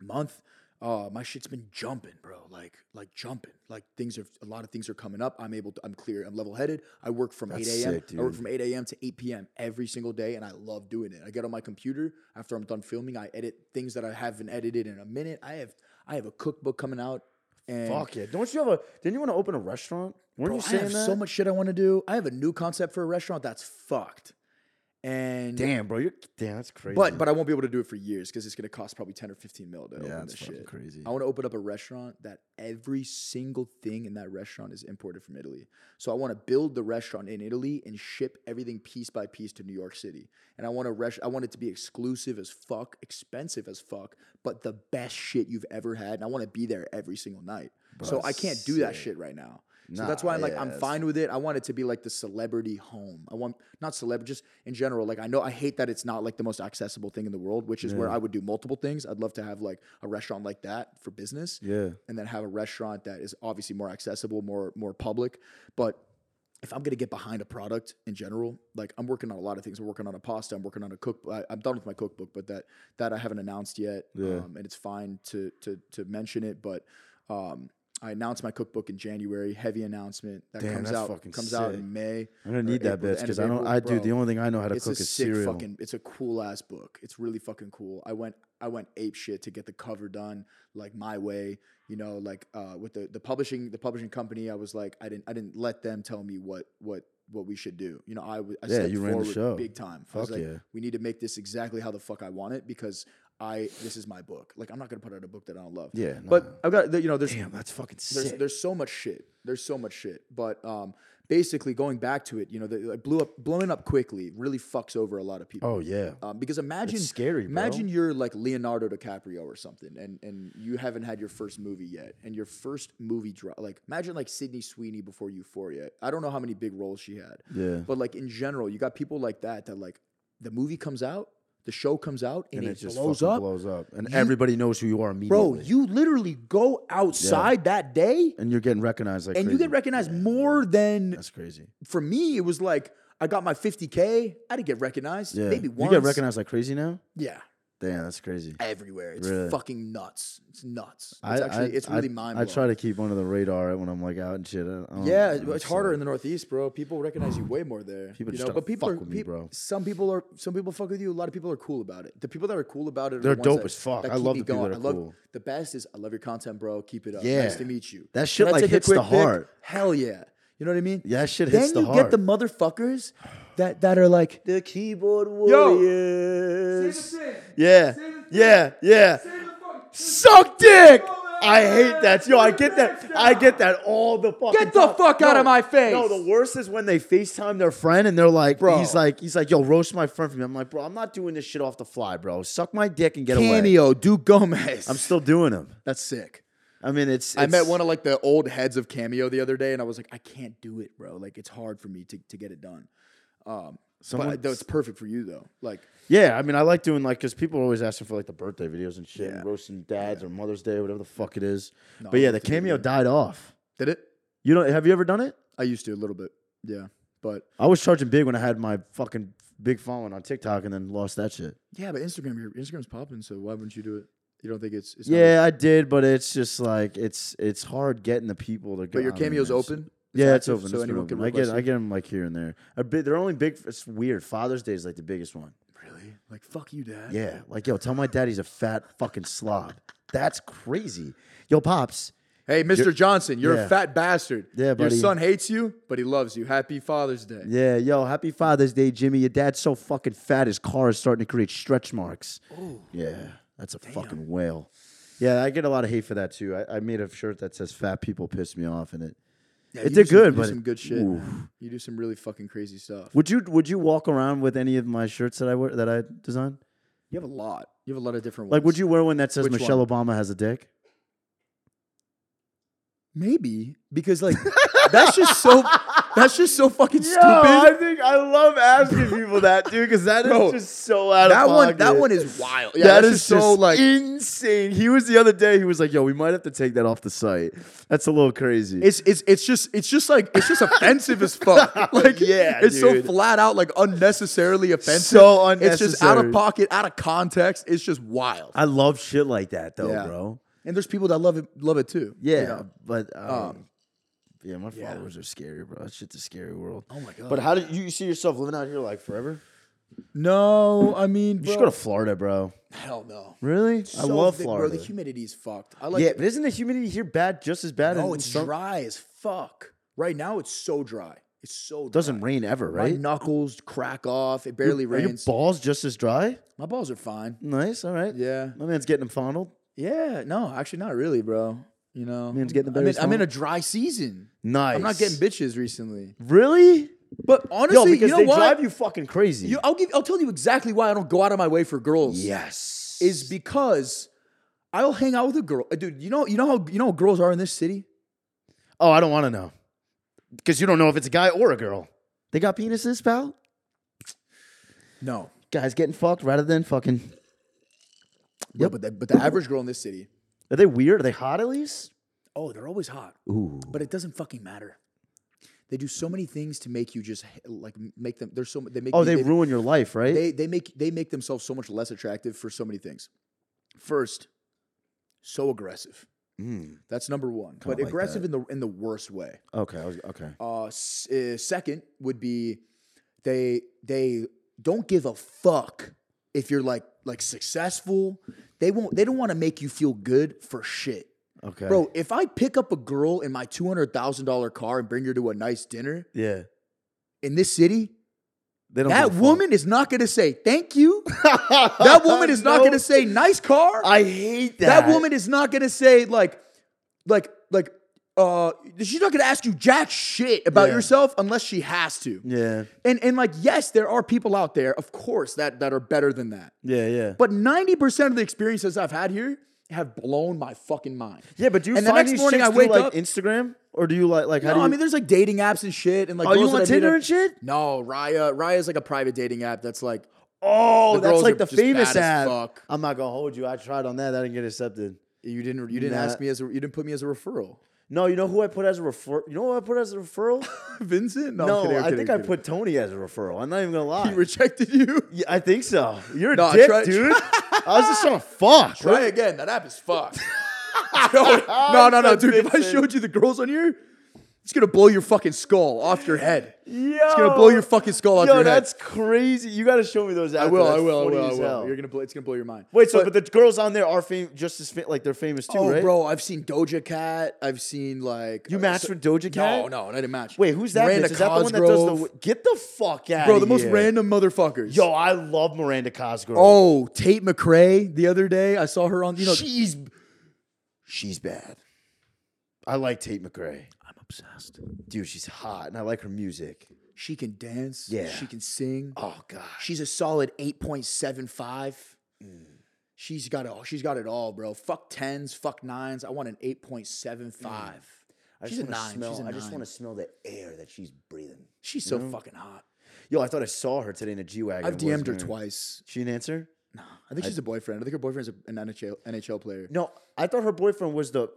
Speaker 2: month, uh, my shit's been jumping, bro. Like like jumping. Like things are a lot of things are coming up. I'm able to. I'm clear. I'm level headed. I work from
Speaker 1: That's
Speaker 2: eight a.m.
Speaker 1: sick,
Speaker 2: I work
Speaker 1: dude.
Speaker 2: from eight a.m. to eight p.m. every single day, and I love doing it. I get on my computer after I'm done filming. I edit things that I haven't edited in a minute. I have I have a cookbook coming out. And
Speaker 1: fuck yeah. Don't you have a? Didn't you want to open a restaurant? Weren't
Speaker 2: Bro,
Speaker 1: you
Speaker 2: I
Speaker 1: saying
Speaker 2: have
Speaker 1: that?
Speaker 2: so much shit I want to do. I have a new concept for a restaurant that's fucked. And
Speaker 1: Damn, bro. You're damn. That's crazy.
Speaker 2: but but I won't be able to do it for years because it's gonna cost probably ten or fifteen mil to
Speaker 1: yeah,
Speaker 2: open
Speaker 1: that's
Speaker 2: this
Speaker 1: fucking
Speaker 2: shit.
Speaker 1: crazy.
Speaker 2: I want to open up a restaurant that every single thing in that restaurant is imported from Italy. So I want to build the restaurant in Italy and ship everything piece by piece to New York City. And I want to res- I want it to be exclusive as fuck, expensive as fuck, but the best shit you've ever had. And I want to be there every single night. so I can't do that
Speaker 1: sick.
Speaker 2: shit right now. So that's
Speaker 1: Nah,
Speaker 2: why I'm like
Speaker 1: yeah,
Speaker 2: I'm
Speaker 1: that's-
Speaker 2: fine with it. I want it to be like the celebrity home. I want not celebrity, just in general. Like I know I hate that it's not like the most accessible thing in the world, which is where I would do multiple things. I'd love to have like a restaurant like that for business,
Speaker 1: Yeah.
Speaker 2: and then have a restaurant that is obviously more accessible, more more public. But if I'm gonna get behind a product in general, like I'm working on a lot of things. I'm working on a pasta. I'm working on a cook. I, I'm done with my cookbook, but that that I haven't announced yet.
Speaker 1: Yeah.
Speaker 2: Um, and it's fine to to to mention it, but um, I announced my cookbook in January. Heavy announcement that
Speaker 1: Damn,
Speaker 2: comes
Speaker 1: that's
Speaker 2: out
Speaker 1: fucking
Speaker 2: comes out
Speaker 1: sick.
Speaker 2: in May.
Speaker 1: I'm gonna
Speaker 2: or
Speaker 1: need that
Speaker 2: April, the
Speaker 1: bitch
Speaker 2: end
Speaker 1: because
Speaker 2: of
Speaker 1: I don't.
Speaker 2: April.
Speaker 1: I do.
Speaker 2: Bro,
Speaker 1: The only thing I know how to
Speaker 2: it's
Speaker 1: cook
Speaker 2: a
Speaker 1: is
Speaker 2: sick
Speaker 1: cereal.
Speaker 2: fucking. It's a cool ass book. It's really fucking cool. I went I went ape shit to get the cover done like my way. You know, like uh, with the the publishing the publishing company. I was like, I didn't I didn't let them tell me what what what we should do. You know, I w- I
Speaker 1: Yeah,
Speaker 2: stepped
Speaker 1: you ran the
Speaker 2: forward
Speaker 1: show.
Speaker 2: big time. I was
Speaker 1: Fuck
Speaker 2: like,
Speaker 1: yeah.
Speaker 2: we need to make this exactly how the fuck I want it because I this is my book. Like I'm not gonna put out a book that I don't love.
Speaker 1: Yeah. Nah.
Speaker 2: But I've got you know there's
Speaker 1: damn, that's fucking
Speaker 2: there's
Speaker 1: sick.
Speaker 2: there's so much shit. There's so much shit. But um, basically, going back to it, you know, the, like blew up, blowing up quickly really fucks over a lot of people.
Speaker 1: oh yeah.
Speaker 2: Um, because imagine
Speaker 1: It's scary, bro.
Speaker 2: Imagine you're like Leonardo DiCaprio or something, and and you haven't had your first movie yet, and your first movie drop. Like imagine like Sydney Sweeney before Euphoria. I don't know how many big roles she had,
Speaker 1: Yeah.
Speaker 2: but like in general, you got people like that that like the movie comes out, the show comes out, and,
Speaker 1: And
Speaker 2: it,
Speaker 1: it just
Speaker 2: blows
Speaker 1: fucking
Speaker 2: up.
Speaker 1: blows up, and
Speaker 2: You-
Speaker 1: everybody knows who you are
Speaker 2: Bro,
Speaker 1: immediately.
Speaker 2: you literally go outside that day
Speaker 1: and you're getting recognized like.
Speaker 2: and you
Speaker 1: crazy.
Speaker 2: get recognized more than
Speaker 1: That's crazy.
Speaker 2: for me. It was like I got my 50k. I didn't get recognized.
Speaker 1: Yeah.
Speaker 2: Maybe
Speaker 1: you
Speaker 2: once.
Speaker 1: get recognized like crazy now.
Speaker 2: Yeah,
Speaker 1: Damn, that's crazy.
Speaker 2: everywhere. It's
Speaker 1: Really?
Speaker 2: fucking nuts. It's nuts. It's actually it's really mind.
Speaker 1: I try to keep under the radar when I'm like out and shit. I don't-
Speaker 2: Yeah,
Speaker 1: I'm
Speaker 2: it's
Speaker 1: just
Speaker 2: harder
Speaker 1: like-
Speaker 2: in the Northeast, bro. People recognize you way more there.
Speaker 1: People
Speaker 2: you
Speaker 1: just
Speaker 2: know,
Speaker 1: try
Speaker 2: but
Speaker 1: to
Speaker 2: people
Speaker 1: fuck
Speaker 2: are,
Speaker 1: with me,
Speaker 2: peop-
Speaker 1: bro.
Speaker 2: Some people are, some people fuck with you. A lot of people are cool about it. The people that are cool about it, are the
Speaker 1: They're
Speaker 2: ones
Speaker 1: dope
Speaker 2: that-
Speaker 1: as fuck.
Speaker 2: that
Speaker 1: I
Speaker 2: keep
Speaker 1: love
Speaker 2: me
Speaker 1: the people
Speaker 2: going.
Speaker 1: that are
Speaker 2: I love,
Speaker 1: cool.
Speaker 2: The best is, I love your content, bro. Keep it up. nice
Speaker 1: Yeah.
Speaker 2: to meet you.
Speaker 1: That shit,
Speaker 2: Can I
Speaker 1: like,
Speaker 2: take a
Speaker 1: hits the
Speaker 2: quick pic?
Speaker 1: heart.
Speaker 2: Hell yeah. You know what I mean?
Speaker 1: Yeah, that shit
Speaker 2: then
Speaker 1: hits the
Speaker 2: you get the motherfuckers that that are like
Speaker 1: The keyboard
Speaker 2: Yo.
Speaker 1: warriors. Yeah, yeah, yeah. Suck dick. I hate that. Yo, I get that. I get that all the fucking.
Speaker 2: Get the
Speaker 1: time.
Speaker 2: fuck
Speaker 1: No,
Speaker 2: out of my face.
Speaker 1: No, the worst is when they Facetime their friend and they're like,
Speaker 2: Bro.
Speaker 1: he's like, he's like, yo, roast my friend for me. I'm like, bro, I'm not doing this shit off the fly, bro. Suck my dick and get away.
Speaker 2: cameo Duke Gomez.
Speaker 1: I'm still doing them.
Speaker 2: that's sick.
Speaker 1: I mean, it's.
Speaker 2: I met
Speaker 1: it's-
Speaker 2: one of like the old heads of Cameo the other day, and I was like, I can't do it, bro. Like it's hard for me to, to get it done. Um,
Speaker 1: Someone-
Speaker 2: but though it's perfect for you though. Like
Speaker 1: Yeah, I mean, I like doing like because people are always asking for like the birthday videos and shit,
Speaker 2: Yeah.
Speaker 1: and roasting dads or Mother's Day, whatever the fuck it is. but yeah, the
Speaker 2: that's a good
Speaker 1: cameo died off.
Speaker 2: did it?
Speaker 1: You don't have you ever done it?
Speaker 2: I used to a little bit, yeah. But
Speaker 1: I was charging big when I had my fucking big following on TikTok, and then lost that shit.
Speaker 2: yeah, but Instagram, your Instagram's popping, so why wouldn't you do it? You don't think it's, it's not-
Speaker 1: Yeah, I did, but it's just like it's it's hard getting the people to go.
Speaker 2: But your
Speaker 1: I mean,
Speaker 2: cameo's
Speaker 1: it's-
Speaker 2: open.
Speaker 1: Yeah, it's
Speaker 2: active,
Speaker 1: open.
Speaker 2: So
Speaker 1: it's been
Speaker 2: anyone
Speaker 1: open.
Speaker 2: can
Speaker 1: I get
Speaker 2: request
Speaker 1: I
Speaker 2: it.
Speaker 1: get them like here and there. A bit, they're only big. It's weird. Father's Day is like the biggest one.
Speaker 2: Really? Like fuck you, dad.
Speaker 1: Yeah, like yo, tell my dad he's a fat fucking slob. That's crazy. Yo, pops.
Speaker 2: Hey, mister Johnson, you're
Speaker 1: yeah.
Speaker 2: a fat bastard.
Speaker 1: Yeah,
Speaker 2: Your
Speaker 1: buddy.
Speaker 2: son hates you, but he loves you. Happy Father's Day.
Speaker 1: Yeah, yo, happy Father's Day, Jimmy. Your dad's so fucking fat, his car is starting to create stretch marks. Yeah, that's a fucking whale. Yeah, I get a lot of hate for that too. I, I made a shirt that says "Fat people piss me off" and it.
Speaker 2: Yeah,
Speaker 1: It
Speaker 2: you
Speaker 1: did
Speaker 2: do some-
Speaker 1: good,
Speaker 2: you do
Speaker 1: but
Speaker 2: some
Speaker 1: it-
Speaker 2: good shit.
Speaker 1: oof.
Speaker 2: man. You do some really fucking crazy stuff.
Speaker 1: Would you Would you walk around with any of my shirts that I wear that I design?
Speaker 2: You have a lot. You have a lot of different ones.
Speaker 1: Like, would you wear one that says
Speaker 2: Which
Speaker 1: Michelle Obama has a dick?
Speaker 2: Maybe because like that's just so that's just so fucking stupid.
Speaker 1: think I love asking people that, dude, because that is
Speaker 2: Bro,
Speaker 1: so out
Speaker 2: That one that one is wild. Yeah,
Speaker 1: that
Speaker 2: that's
Speaker 1: is
Speaker 2: just so e-, like
Speaker 1: insane. He was the other day. He was like, "Yo, we might have to take that off the site. That's a little crazy."
Speaker 2: It's it's it's just it's just like it's just offensive as fuck. Like
Speaker 1: Yeah,
Speaker 2: it's
Speaker 1: dude.
Speaker 2: so flat out like unnecessarily offensive.
Speaker 1: So
Speaker 2: It's just out
Speaker 1: unnecessary.
Speaker 2: of pocket, out of context. It's just wild.
Speaker 1: I love shit like that though,
Speaker 2: Yeah.
Speaker 1: bro.
Speaker 2: And there's people that love it love it too. you
Speaker 1: Yeah,
Speaker 2: know?
Speaker 1: but um,
Speaker 2: Um,
Speaker 1: yeah, my
Speaker 2: yeah.
Speaker 1: followers are scary, bro. That shit's a scary world. Oh
Speaker 2: my God.
Speaker 1: But how did you see yourself living out here like forever?
Speaker 2: No, I mean,
Speaker 1: You should go to Florida, bro.
Speaker 2: hell no.
Speaker 1: Really? I
Speaker 2: So
Speaker 1: love
Speaker 2: thick,
Speaker 1: Florida.
Speaker 2: Bro, the humidity is fucked. I like
Speaker 1: yeah, but isn't the humidity here bad? Just as bad?
Speaker 2: No,
Speaker 1: in
Speaker 2: it's
Speaker 1: some-
Speaker 2: dry as fuck. Right now, it's so dry. It's so dry.
Speaker 1: Doesn't rain ever,
Speaker 2: My
Speaker 1: right?
Speaker 2: knuckles crack off. It barely
Speaker 1: Are your
Speaker 2: rains.
Speaker 1: balls just as dry?
Speaker 2: My balls are fine.
Speaker 1: Nice. All right.
Speaker 2: Yeah.
Speaker 1: My man's getting them fondled.
Speaker 2: Yeah. No, actually, not really, bro. You know,
Speaker 1: Man's getting the
Speaker 2: I'm in,
Speaker 1: berries
Speaker 2: I'm in
Speaker 1: small.
Speaker 2: a dry season.
Speaker 1: Nice.
Speaker 2: I'm not getting bitches recently.
Speaker 1: Really?
Speaker 2: But
Speaker 1: Yo,
Speaker 2: honestly,
Speaker 1: because
Speaker 2: you know
Speaker 1: they
Speaker 2: what?
Speaker 1: drive you fucking crazy.
Speaker 2: You- I'll give. I'll tell you exactly why I don't go out of my way for girls.
Speaker 1: yes.
Speaker 2: Is because I'll hang out with a girl, Uh, dude. You know. You know how you know how girls are in this city.
Speaker 1: Oh, I don't want to know. Because you don't know if it's a guy or a girl. They got penises, pal?
Speaker 2: No.
Speaker 1: Guys getting fucked rather than fucking.
Speaker 2: Yeah, but the, but the average girl in this city.
Speaker 1: Are they weird? Are they hot at least?
Speaker 2: Oh, they're always hot.
Speaker 1: Ooh.
Speaker 2: but it doesn't fucking matter. They do so many things to make you just like make them. There's so they make
Speaker 1: Oh,
Speaker 2: you-
Speaker 1: they ruin your life, right?
Speaker 2: they they make they make themselves so much less attractive for so many things. First, so aggressive.
Speaker 1: Hmm.
Speaker 2: That's number one. but
Speaker 1: like
Speaker 2: aggressive in the in the worst way.
Speaker 1: okay. I was, okay.
Speaker 2: Uh, s- uh, second would be they they don't give a fuck if you're like like successful. They won't. They don't want to make you feel good for shit.
Speaker 1: Okay.
Speaker 2: Bro, if I pick up a girl in my two hundred thousand dollar car and bring her to a nice dinner
Speaker 1: Yeah.
Speaker 2: in this city,
Speaker 1: They don't
Speaker 2: that
Speaker 1: give a fuck.
Speaker 2: woman is not gonna say thank you. that woman is not
Speaker 1: No.
Speaker 2: gonna say nice car.
Speaker 1: I hate that.
Speaker 2: that woman is not gonna say like, like, like, uh, she's not gonna ask you jack shit about
Speaker 1: Yeah.
Speaker 2: yourself unless she has to.
Speaker 1: Yeah.
Speaker 2: And and like, yes, there are people out there, of course, that that are better than that.
Speaker 1: Yeah. Yeah.
Speaker 2: But ninety percent of the experiences I've had here have blown my fucking mind.
Speaker 1: yeah, but do you
Speaker 2: and
Speaker 1: find
Speaker 2: the next
Speaker 1: these
Speaker 2: morning
Speaker 1: chicks
Speaker 2: I
Speaker 1: through,
Speaker 2: wake
Speaker 1: like
Speaker 2: up.
Speaker 1: Instagram or do you like like how
Speaker 2: No,
Speaker 1: do you?
Speaker 2: I mean, there's like dating apps and shit, and like.
Speaker 1: oh, you
Speaker 2: girls
Speaker 1: on
Speaker 2: that I meet
Speaker 1: Tinder
Speaker 2: up-
Speaker 1: and shit?
Speaker 2: No, Raya. Raya's like a private dating app that's like.
Speaker 1: Oh,
Speaker 2: The
Speaker 1: that's
Speaker 2: girls
Speaker 1: like
Speaker 2: are
Speaker 1: the
Speaker 2: just
Speaker 1: famous
Speaker 2: bad as
Speaker 1: ad.
Speaker 2: fuck.
Speaker 1: I'm not gonna hold you. I tried on that. That didn't get accepted.
Speaker 2: You didn't. You didn't
Speaker 1: Nah.
Speaker 2: ask me as a. You didn't put me as a referral.
Speaker 1: No, you know who I put as a referral? You know who I put as a referral?
Speaker 2: Vincent? No, I'm
Speaker 1: no,
Speaker 2: kidding, I'm
Speaker 1: I
Speaker 2: kidding,
Speaker 1: think
Speaker 2: I'm
Speaker 1: I
Speaker 2: kidding.
Speaker 1: put Tony as a referral. I'm not even gonna lie.
Speaker 2: He rejected you.
Speaker 1: Yeah, I think so. You're a
Speaker 2: No, I
Speaker 1: dick,
Speaker 2: tried-
Speaker 1: dude. I was just trying to fuck.
Speaker 2: Try again. That app is fucked. no, no, no, no, dude. If I
Speaker 1: Vincent.
Speaker 2: showed you the girls on here, it's gonna blow your fucking skull off your head.
Speaker 1: Yo,
Speaker 2: It's gonna blow your fucking skull off
Speaker 1: Yo,
Speaker 2: your head.
Speaker 1: that's crazy. You gotta show me those.
Speaker 2: I will. I will. I will. I will. You're gonna. Blow, it's gonna blow your mind.
Speaker 1: Wait, so but, the girls on there are fam- just as fa- like they're famous too,
Speaker 2: Oh,
Speaker 1: right?
Speaker 2: bro, I've seen Doja Cat. I've seen like
Speaker 1: You
Speaker 2: uh,
Speaker 1: matched
Speaker 2: so-
Speaker 1: with Doja
Speaker 2: No,
Speaker 1: Cat?
Speaker 2: no, I didn't match.
Speaker 1: Wait, who's that?
Speaker 2: Miranda
Speaker 1: bitch? Is that the one that does the?
Speaker 2: Cosgrove.
Speaker 1: get the fuck out,
Speaker 2: bro? The most random motherfuckers.
Speaker 1: Yo, I love Miranda Cosgrove.
Speaker 2: oh, Tate McRae. The other day, I saw her on. You know,
Speaker 1: she's she's bad. I like Tate McRae,
Speaker 2: I'm obsessed.
Speaker 1: dude. She's hot, and I like her music.
Speaker 2: She can dance.
Speaker 1: Yeah.
Speaker 2: she can sing.
Speaker 1: Oh god,
Speaker 2: She's a solid eight point seven five.
Speaker 1: Mm.
Speaker 2: She's got it. all- She's got it all, bro. Fuck tens, fuck nines. I want an eight point seven five.
Speaker 1: Mm. I
Speaker 2: She's
Speaker 1: just
Speaker 2: a
Speaker 1: wanna
Speaker 2: nine.
Speaker 1: Smell,
Speaker 2: She's a
Speaker 1: I just
Speaker 2: nine.
Speaker 1: want to smell the air that she's breathing.
Speaker 2: She's so fucking hot.
Speaker 1: Yo, I thought I saw her today in a G wagon.
Speaker 2: I've DM'd her twice.
Speaker 1: She didn't answer.
Speaker 2: I think she's a boyfriend. I think her boyfriend's a- an NHL NHL player.
Speaker 1: No, I thought her boyfriend was the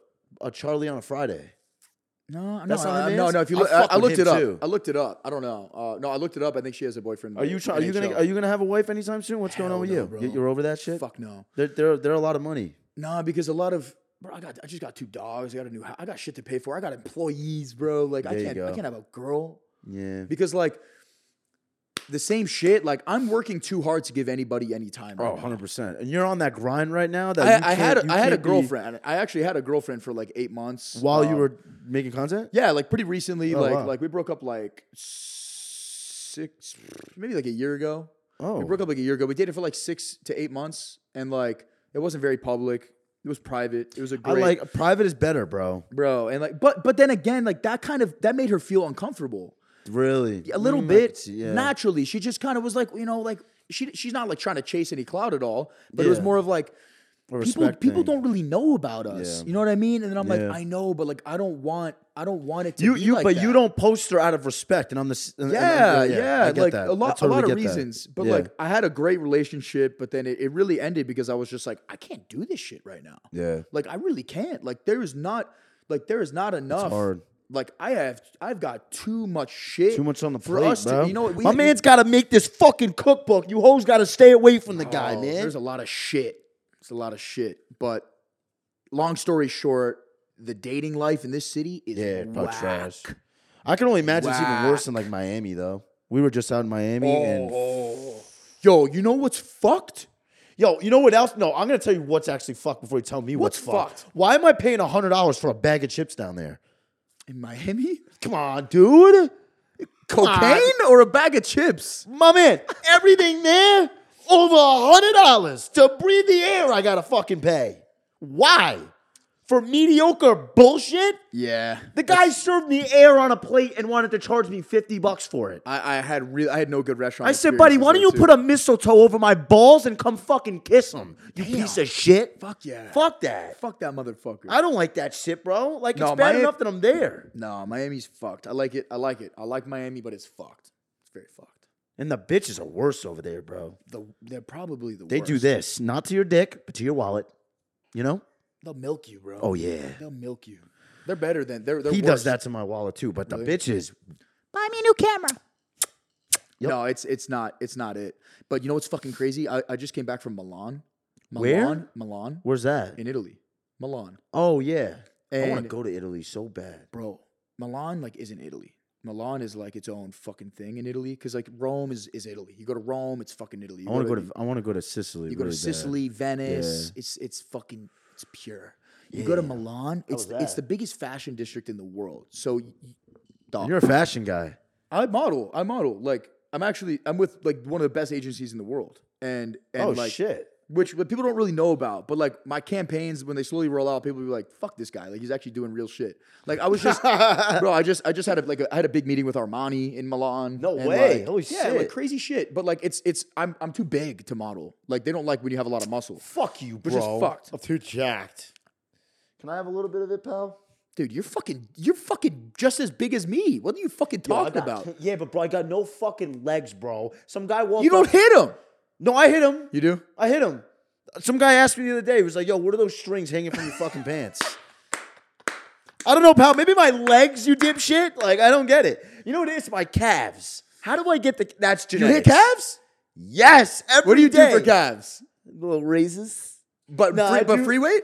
Speaker 1: a Charlie on a Friday.
Speaker 2: No,
Speaker 1: That's
Speaker 2: no,
Speaker 1: not her
Speaker 2: uh,
Speaker 1: man's?
Speaker 2: no, no. If you
Speaker 1: I
Speaker 2: look, I,
Speaker 1: fuck
Speaker 2: I
Speaker 1: with
Speaker 2: looked
Speaker 1: him
Speaker 2: it up.
Speaker 1: too.
Speaker 2: I looked it up. I don't know. Uh, no, I looked it up. I think she has a boyfriend.
Speaker 1: Are you try, are you gonna are you gonna have a wife anytime soon? What's going on
Speaker 2: Hell
Speaker 1: with
Speaker 2: no,
Speaker 1: you?
Speaker 2: bro.
Speaker 1: you? You're over that shit.
Speaker 2: Fuck no.
Speaker 1: They're, they're they're a lot of money.
Speaker 2: Nah, because a lot of bro, I got I just got two dogs. I got a new house. I got shit to pay for. I got employees, bro. Like
Speaker 1: There
Speaker 2: I
Speaker 1: you
Speaker 2: can't I
Speaker 1: go.
Speaker 2: can't have a girl
Speaker 1: Yeah.
Speaker 2: because like the same shit. Like I'm working too hard to give anybody any time.
Speaker 1: Oh,
Speaker 2: Right now.
Speaker 1: 100%. And you're on that grind right now that you
Speaker 2: I, I had
Speaker 1: can't-
Speaker 2: a,
Speaker 1: you
Speaker 2: I had a
Speaker 1: can't be-
Speaker 2: girlfriend. I actually had a girlfriend for like eight months
Speaker 1: while you
Speaker 2: um,
Speaker 1: were making content?
Speaker 2: Yeah, like pretty recently.
Speaker 1: Oh,
Speaker 2: like
Speaker 1: wow.
Speaker 2: like we broke up like six, maybe like a year ago.
Speaker 1: Oh.
Speaker 2: We broke up like a year ago. We dated for like six to eight months, and like it wasn't very public. It was private. It was a
Speaker 1: I
Speaker 2: great,
Speaker 1: like private is better, bro.
Speaker 2: bro, and like, but but then again, like that kind of that made her feel uncomfortable
Speaker 1: Really.
Speaker 2: a little
Speaker 1: Mm, I could
Speaker 2: bit.
Speaker 1: see- yeah.
Speaker 2: Naturally, she just kind of was like, you know, like she she's not like trying to chase any clout at all, but it was
Speaker 1: Yeah.
Speaker 2: more of like
Speaker 1: A
Speaker 2: people
Speaker 1: respect
Speaker 2: people
Speaker 1: thing.
Speaker 2: don't really know about us.
Speaker 1: Yeah.
Speaker 2: You know what I mean? And then I'm
Speaker 1: Yeah.
Speaker 2: like, I know, but like I don't want I don't want it to
Speaker 1: You
Speaker 2: be
Speaker 1: you
Speaker 2: like
Speaker 1: but
Speaker 2: that.
Speaker 1: you don't post her out of respect, and I'm the s- and- and-
Speaker 2: Yeah,
Speaker 1: and-
Speaker 2: yeah,
Speaker 1: I get
Speaker 2: like
Speaker 1: that.
Speaker 2: a
Speaker 1: I
Speaker 2: lot,
Speaker 1: totally
Speaker 2: a lot of
Speaker 1: get that.
Speaker 2: reasons. But
Speaker 1: Yeah.
Speaker 2: like, I had a great relationship, but then it, it really ended because I was just like, I can't do this shit right now.
Speaker 1: yeah,
Speaker 2: Like, I really can't. Like, there is not, like, there is not enough.
Speaker 1: hard.
Speaker 2: Like, I have, I've got too much shit.
Speaker 1: too much on the
Speaker 2: for
Speaker 1: plate,
Speaker 2: us
Speaker 1: bro.
Speaker 2: to, you know, what, we,
Speaker 1: my man's got to make this fucking cookbook. You hoes got to stay away from the guy,
Speaker 2: Oh,
Speaker 1: man.
Speaker 2: There's a lot of shit. It's a lot of shit. But long story short, the dating life in this city is
Speaker 1: Yeah, probably
Speaker 2: whack.
Speaker 1: trash. I can only imagine it's even worse in like Miami, though. We were just out in Miami, and
Speaker 2: Oh. Yo, you know what's fucked?
Speaker 1: yo, you know what else? No, I'm gonna tell you what's actually fucked before you tell me what's,
Speaker 2: What's
Speaker 1: fucked.
Speaker 2: fucked?
Speaker 1: Why am I paying hundred dollars for a bag of chips down there?
Speaker 2: In Miami?
Speaker 1: Come on, dude.
Speaker 2: cocaine or a bag of chips?
Speaker 1: My man, everything there over a hundred dollars to breathe the air. I gotta fucking pay. Why? For mediocre bullshit?
Speaker 2: Yeah.
Speaker 1: The guy served me air on a plate and wanted to charge me fifty bucks for it.
Speaker 2: I, I had real I had no good restaurant.
Speaker 1: I said, buddy, why don't you put a mistletoe over my balls and come fucking kiss them? You piece of shit.
Speaker 2: fuck yeah.
Speaker 1: Fuck that.
Speaker 2: fuck that motherfucker.
Speaker 1: I don't like that shit, bro. Like
Speaker 2: No,
Speaker 1: it's bad
Speaker 2: my-
Speaker 1: enough that I'm there.
Speaker 2: no, Miami's fucked. I like it. I like it. I like Miami, but it's fucked. It's very fucked.
Speaker 1: And the bitches are worse over there, bro.
Speaker 2: The, they're probably the
Speaker 1: They
Speaker 2: worst.
Speaker 1: do this, not to your dick, but to your wallet. You know?
Speaker 2: They'll milk you, bro.
Speaker 1: Oh yeah.
Speaker 2: They'll milk you. They're better than they're. they're
Speaker 1: He
Speaker 2: worse.
Speaker 1: does that to my wallet too, but the bitches.
Speaker 4: Buy me a new camera.
Speaker 1: Yep.
Speaker 2: No, it's it's not it's not it. But you know what's fucking crazy? I, I just came back from Milan.
Speaker 1: Where?
Speaker 2: Milan, Milan
Speaker 1: Where's that?
Speaker 2: in Italy. Milan,
Speaker 1: Oh yeah. I want to
Speaker 2: And-
Speaker 1: go to Italy so bad.
Speaker 2: bro. Milan like isn't Italy. Milan is like its own fucking thing in Italy because like Rome is is Italy. You go to Rome, it's fucking Italy. You
Speaker 1: I want to go to. I want to go to Sicily.
Speaker 2: you go to
Speaker 1: really bad.
Speaker 2: Sicily, Venice.
Speaker 1: Yeah.
Speaker 2: It's it's fucking it's pure. You go to Milan. It's
Speaker 1: was
Speaker 2: it's
Speaker 1: that?
Speaker 2: the biggest fashion district in the world. So, y- y- dog.
Speaker 1: You're a fashion guy.
Speaker 2: I model. I model. Like I'm actually I'm with like one of the best agencies in the world. And and
Speaker 1: oh
Speaker 2: like
Speaker 1: shit.
Speaker 2: which like, people don't really know about, but like my campaigns when they slowly roll out, people be like, "Fuck this guy! Like he's actually doing real shit." Like I was just, bro, I just I just had a like a, I had a big meeting with Armani in Milan.
Speaker 1: No
Speaker 2: and,
Speaker 1: way.
Speaker 2: like,
Speaker 1: Holy
Speaker 2: yeah,
Speaker 1: shit.
Speaker 2: like crazy shit. But like it's it's I'm I'm too big to model. Like they don't like when you have a lot of muscle,
Speaker 1: Fuck you,
Speaker 2: which is fucked.
Speaker 1: Too jacked. Can I have a little bit of it, pal?
Speaker 2: Dude, you're fucking you're fucking just as big as me. What are you fucking
Speaker 1: I
Speaker 2: talking
Speaker 1: got-
Speaker 2: about?
Speaker 1: Yeah, but bro, I got no fucking legs, bro. Some guy walked.
Speaker 2: You don't
Speaker 1: up-
Speaker 2: hit him.
Speaker 1: no, I hit him.
Speaker 2: You do.
Speaker 1: I hit him. Some guy asked me the other day. He was like, "Yo, what are those strings hanging from your fucking pants?" I don't know, pal. Maybe my legs, you dipshit. Like I don't get it. You know what it is? My calves. How do I get the? That's
Speaker 2: You hit
Speaker 1: genetics.
Speaker 2: calves.
Speaker 1: Yes. Every
Speaker 2: What do you do for
Speaker 1: day.
Speaker 2: calves?
Speaker 1: Little raises.
Speaker 2: But
Speaker 1: No,
Speaker 2: free,
Speaker 1: I
Speaker 2: but
Speaker 1: do-
Speaker 2: free weight?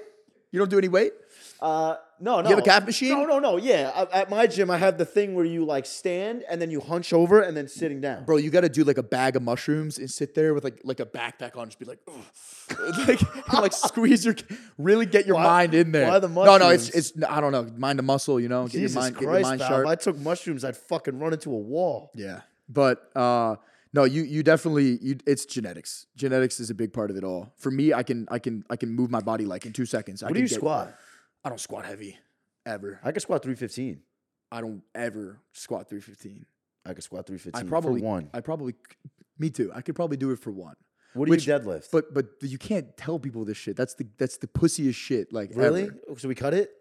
Speaker 2: You don't do any weight?
Speaker 1: Uh, no, no.
Speaker 2: have a calf machine?
Speaker 1: No, no, no. Yeah, I- at my gym, I have the thing where you like stand and then you hunch over and then sitting down.
Speaker 2: Bro, you got to do like a bag of mushrooms and sit there with like like a backpack on, just be like, "Ugh." like and, like squeeze your, really get your mind in there.
Speaker 1: why the
Speaker 2: No, no, it's
Speaker 1: mushrooms?
Speaker 2: it's I don't know, mind the muscle, you know, get
Speaker 1: Jesus
Speaker 2: your mind, get your
Speaker 1: Christ,
Speaker 2: mind
Speaker 1: pal.
Speaker 2: sharp.
Speaker 1: If I took mushrooms, I'd fucking run into a wall.
Speaker 2: yeah, but uh, no, you you definitely you it's genetics. Genetics is a big part of it all. For me, I can I can I can move my body like in two seconds. I
Speaker 1: What do
Speaker 2: can
Speaker 1: you
Speaker 2: get-
Speaker 1: squat?
Speaker 2: I don't squat heavy, ever.
Speaker 1: I could squat three fifteen.
Speaker 2: I don't ever squat three fifteen.
Speaker 1: I could squat three
Speaker 2: I
Speaker 1: fifteen.
Speaker 2: probably
Speaker 1: for one.
Speaker 2: I probably me too. I could probably do it for one.
Speaker 1: What do
Speaker 2: which-
Speaker 1: you deadlift?
Speaker 2: But but you can't tell people this shit. That's the that's the pussiest shit. Like
Speaker 1: really?
Speaker 2: ever.
Speaker 1: So we cut it?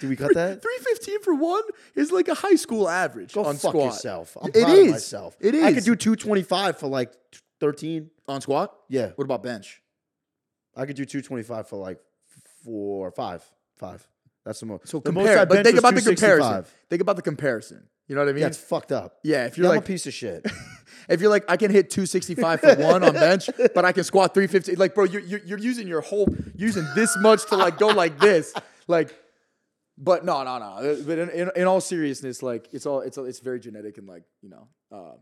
Speaker 1: Did we cut that?
Speaker 2: 315 for one is like a high school average
Speaker 1: Go
Speaker 2: on
Speaker 1: fuck
Speaker 2: squat.
Speaker 1: yourself. I'm
Speaker 2: It
Speaker 1: proud
Speaker 2: is.
Speaker 1: of myself.
Speaker 2: It
Speaker 1: I could
Speaker 2: is.
Speaker 1: do two twenty five for like thirteen.
Speaker 2: On squat?
Speaker 1: Yeah,
Speaker 2: What about bench?
Speaker 1: I could do two twenty five for like four or five. Five. That's the most.
Speaker 2: So
Speaker 1: the
Speaker 2: compare,
Speaker 1: I
Speaker 2: but
Speaker 1: bench
Speaker 2: think
Speaker 1: was
Speaker 2: about the comparison.
Speaker 1: 265.
Speaker 2: Think about the comparison. You know what I mean?
Speaker 1: That's fucked up.
Speaker 2: yeah, if
Speaker 1: You're
Speaker 2: you're
Speaker 1: I'm
Speaker 2: like
Speaker 1: a piece of shit.
Speaker 2: If you're like, I can hit 265 for one on bench, but I can squat 350. Like, bro, you're, you're, you're using your whole, using this much to like go like this. Like, but no, no, no. But in, in, in all seriousness, like it's all, it's, all, it's very genetic and like, you know, uh,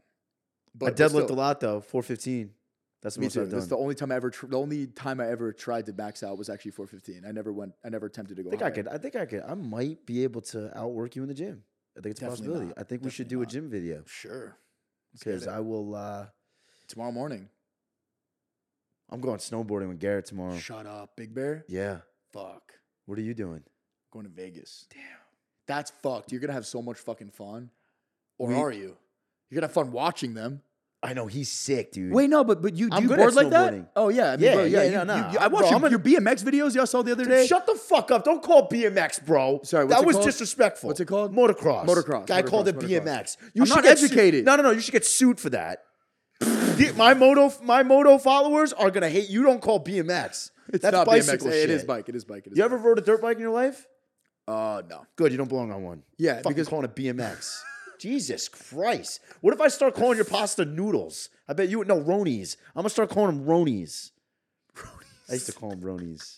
Speaker 2: but
Speaker 1: I
Speaker 2: but still,
Speaker 1: deadlift a lot though, four fifteen. That's the
Speaker 2: Me
Speaker 1: most
Speaker 2: too.
Speaker 1: I've done.
Speaker 2: That's the only time I ever, tr- the only time I ever tried to max out was actually 415. I never went, I never attempted to
Speaker 1: I
Speaker 2: go.
Speaker 1: think I
Speaker 2: higher.
Speaker 1: could. I think I could. I might be able to outwork you in the gym. I think it's a
Speaker 2: Definitely
Speaker 1: possibility.
Speaker 2: not.
Speaker 1: I think we should do
Speaker 2: Definitely
Speaker 1: a gym video
Speaker 2: Sure. Let's get
Speaker 1: because
Speaker 2: it.
Speaker 1: I will. uh
Speaker 2: tomorrow morning.
Speaker 1: I'm going snowboarding with Garrett tomorrow.
Speaker 2: Shut up, Big Bear.
Speaker 1: Yeah.
Speaker 2: Fuck.
Speaker 1: What are you doing?
Speaker 2: Going to Vegas. Damn. That's fucked. You're gonna have so much fucking fun. Or
Speaker 1: We-
Speaker 2: are you? You're gonna have fun watching them.
Speaker 1: I know he's sick, dude.
Speaker 2: Wait, no, but but you do
Speaker 1: I'm
Speaker 2: you
Speaker 1: good
Speaker 2: board
Speaker 1: at
Speaker 2: like
Speaker 1: snowboarding.
Speaker 2: that? Oh yeah, I mean,
Speaker 1: Yeah,
Speaker 2: bro, yeah,
Speaker 1: yeah,
Speaker 2: you-
Speaker 1: no,
Speaker 2: you-
Speaker 1: no.
Speaker 2: you- I watched
Speaker 1: Bro,
Speaker 2: your,
Speaker 1: I'm
Speaker 2: your BMX videos y'all saw the other day.
Speaker 1: Shut the fuck up! Don't call it BMX, bro.
Speaker 2: Sorry, what's
Speaker 1: that
Speaker 2: it
Speaker 1: was
Speaker 2: called?
Speaker 1: disrespectful.
Speaker 2: What's it called?
Speaker 1: Motocross.
Speaker 2: Motocross,
Speaker 1: Guy called
Speaker 2: motocross,
Speaker 1: it
Speaker 2: motocross.
Speaker 1: BMX. You
Speaker 2: I'm
Speaker 1: should
Speaker 2: not
Speaker 1: get sued-
Speaker 2: educated.
Speaker 1: No, no, no. You should get sued for that. The- my moto, my moto followers are gonna hate you. Don't call BMX.
Speaker 2: It's
Speaker 1: That's
Speaker 2: not
Speaker 1: bicycle
Speaker 2: BMX.
Speaker 1: shit.
Speaker 2: It is bike. It is bike. It is.
Speaker 1: You ever rode a dirt bike in your life?
Speaker 2: Bike. Uh, no.
Speaker 1: Good, you don't belong on one.
Speaker 2: Yeah,
Speaker 1: Fucking
Speaker 2: because-
Speaker 1: calling it BMX. Uh, Jesus Christ! What if I start calling your pasta noodles? I bet you would no Ronies. I'm gonna start calling them Ronies. I used to call them Ronies.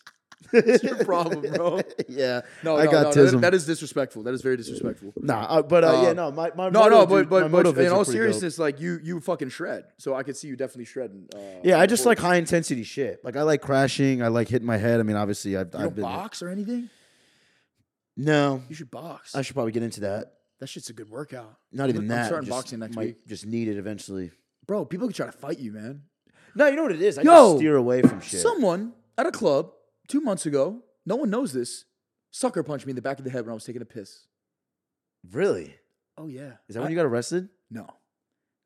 Speaker 2: It's your problem, bro.
Speaker 1: Yeah,
Speaker 2: No,
Speaker 1: I
Speaker 2: no,
Speaker 1: got
Speaker 2: no,
Speaker 1: tism.
Speaker 2: that, that is disrespectful. That is very disrespectful.
Speaker 1: Nah, uh, but uh, yeah,
Speaker 2: Uh,
Speaker 1: no, my, my
Speaker 2: No,
Speaker 1: moto,
Speaker 2: no, but
Speaker 1: dude, my
Speaker 2: but,
Speaker 1: moto
Speaker 2: but
Speaker 1: vids
Speaker 2: in
Speaker 1: are
Speaker 2: all
Speaker 1: pretty dope.
Speaker 2: seriousness, like you you fucking shred. So I could see you definitely shredding. Uh,
Speaker 1: yeah, I just
Speaker 2: before-
Speaker 1: like high intensity shit. Like I like crashing. I like hitting my head. I mean, obviously, I've,
Speaker 2: you
Speaker 1: I've
Speaker 2: don't
Speaker 1: been
Speaker 2: box or anything.
Speaker 1: no.
Speaker 2: You should box.
Speaker 1: I should probably get into that.
Speaker 2: that shit's a good workout.
Speaker 1: Not even
Speaker 2: I'm
Speaker 1: that.
Speaker 2: starting
Speaker 1: just
Speaker 2: boxing next
Speaker 1: might
Speaker 2: week.
Speaker 1: Just need it eventually.
Speaker 2: Bro, people can try to fight you, man.
Speaker 1: No, you know what it is. I
Speaker 2: Yo,
Speaker 1: just steer away from shit.
Speaker 2: Someone at a club two months ago, no one knows this, sucker punched me in the back of the head when I was taking a piss.
Speaker 1: really?
Speaker 2: Oh yeah.
Speaker 1: Is that when
Speaker 2: I-
Speaker 1: you got arrested?
Speaker 2: No,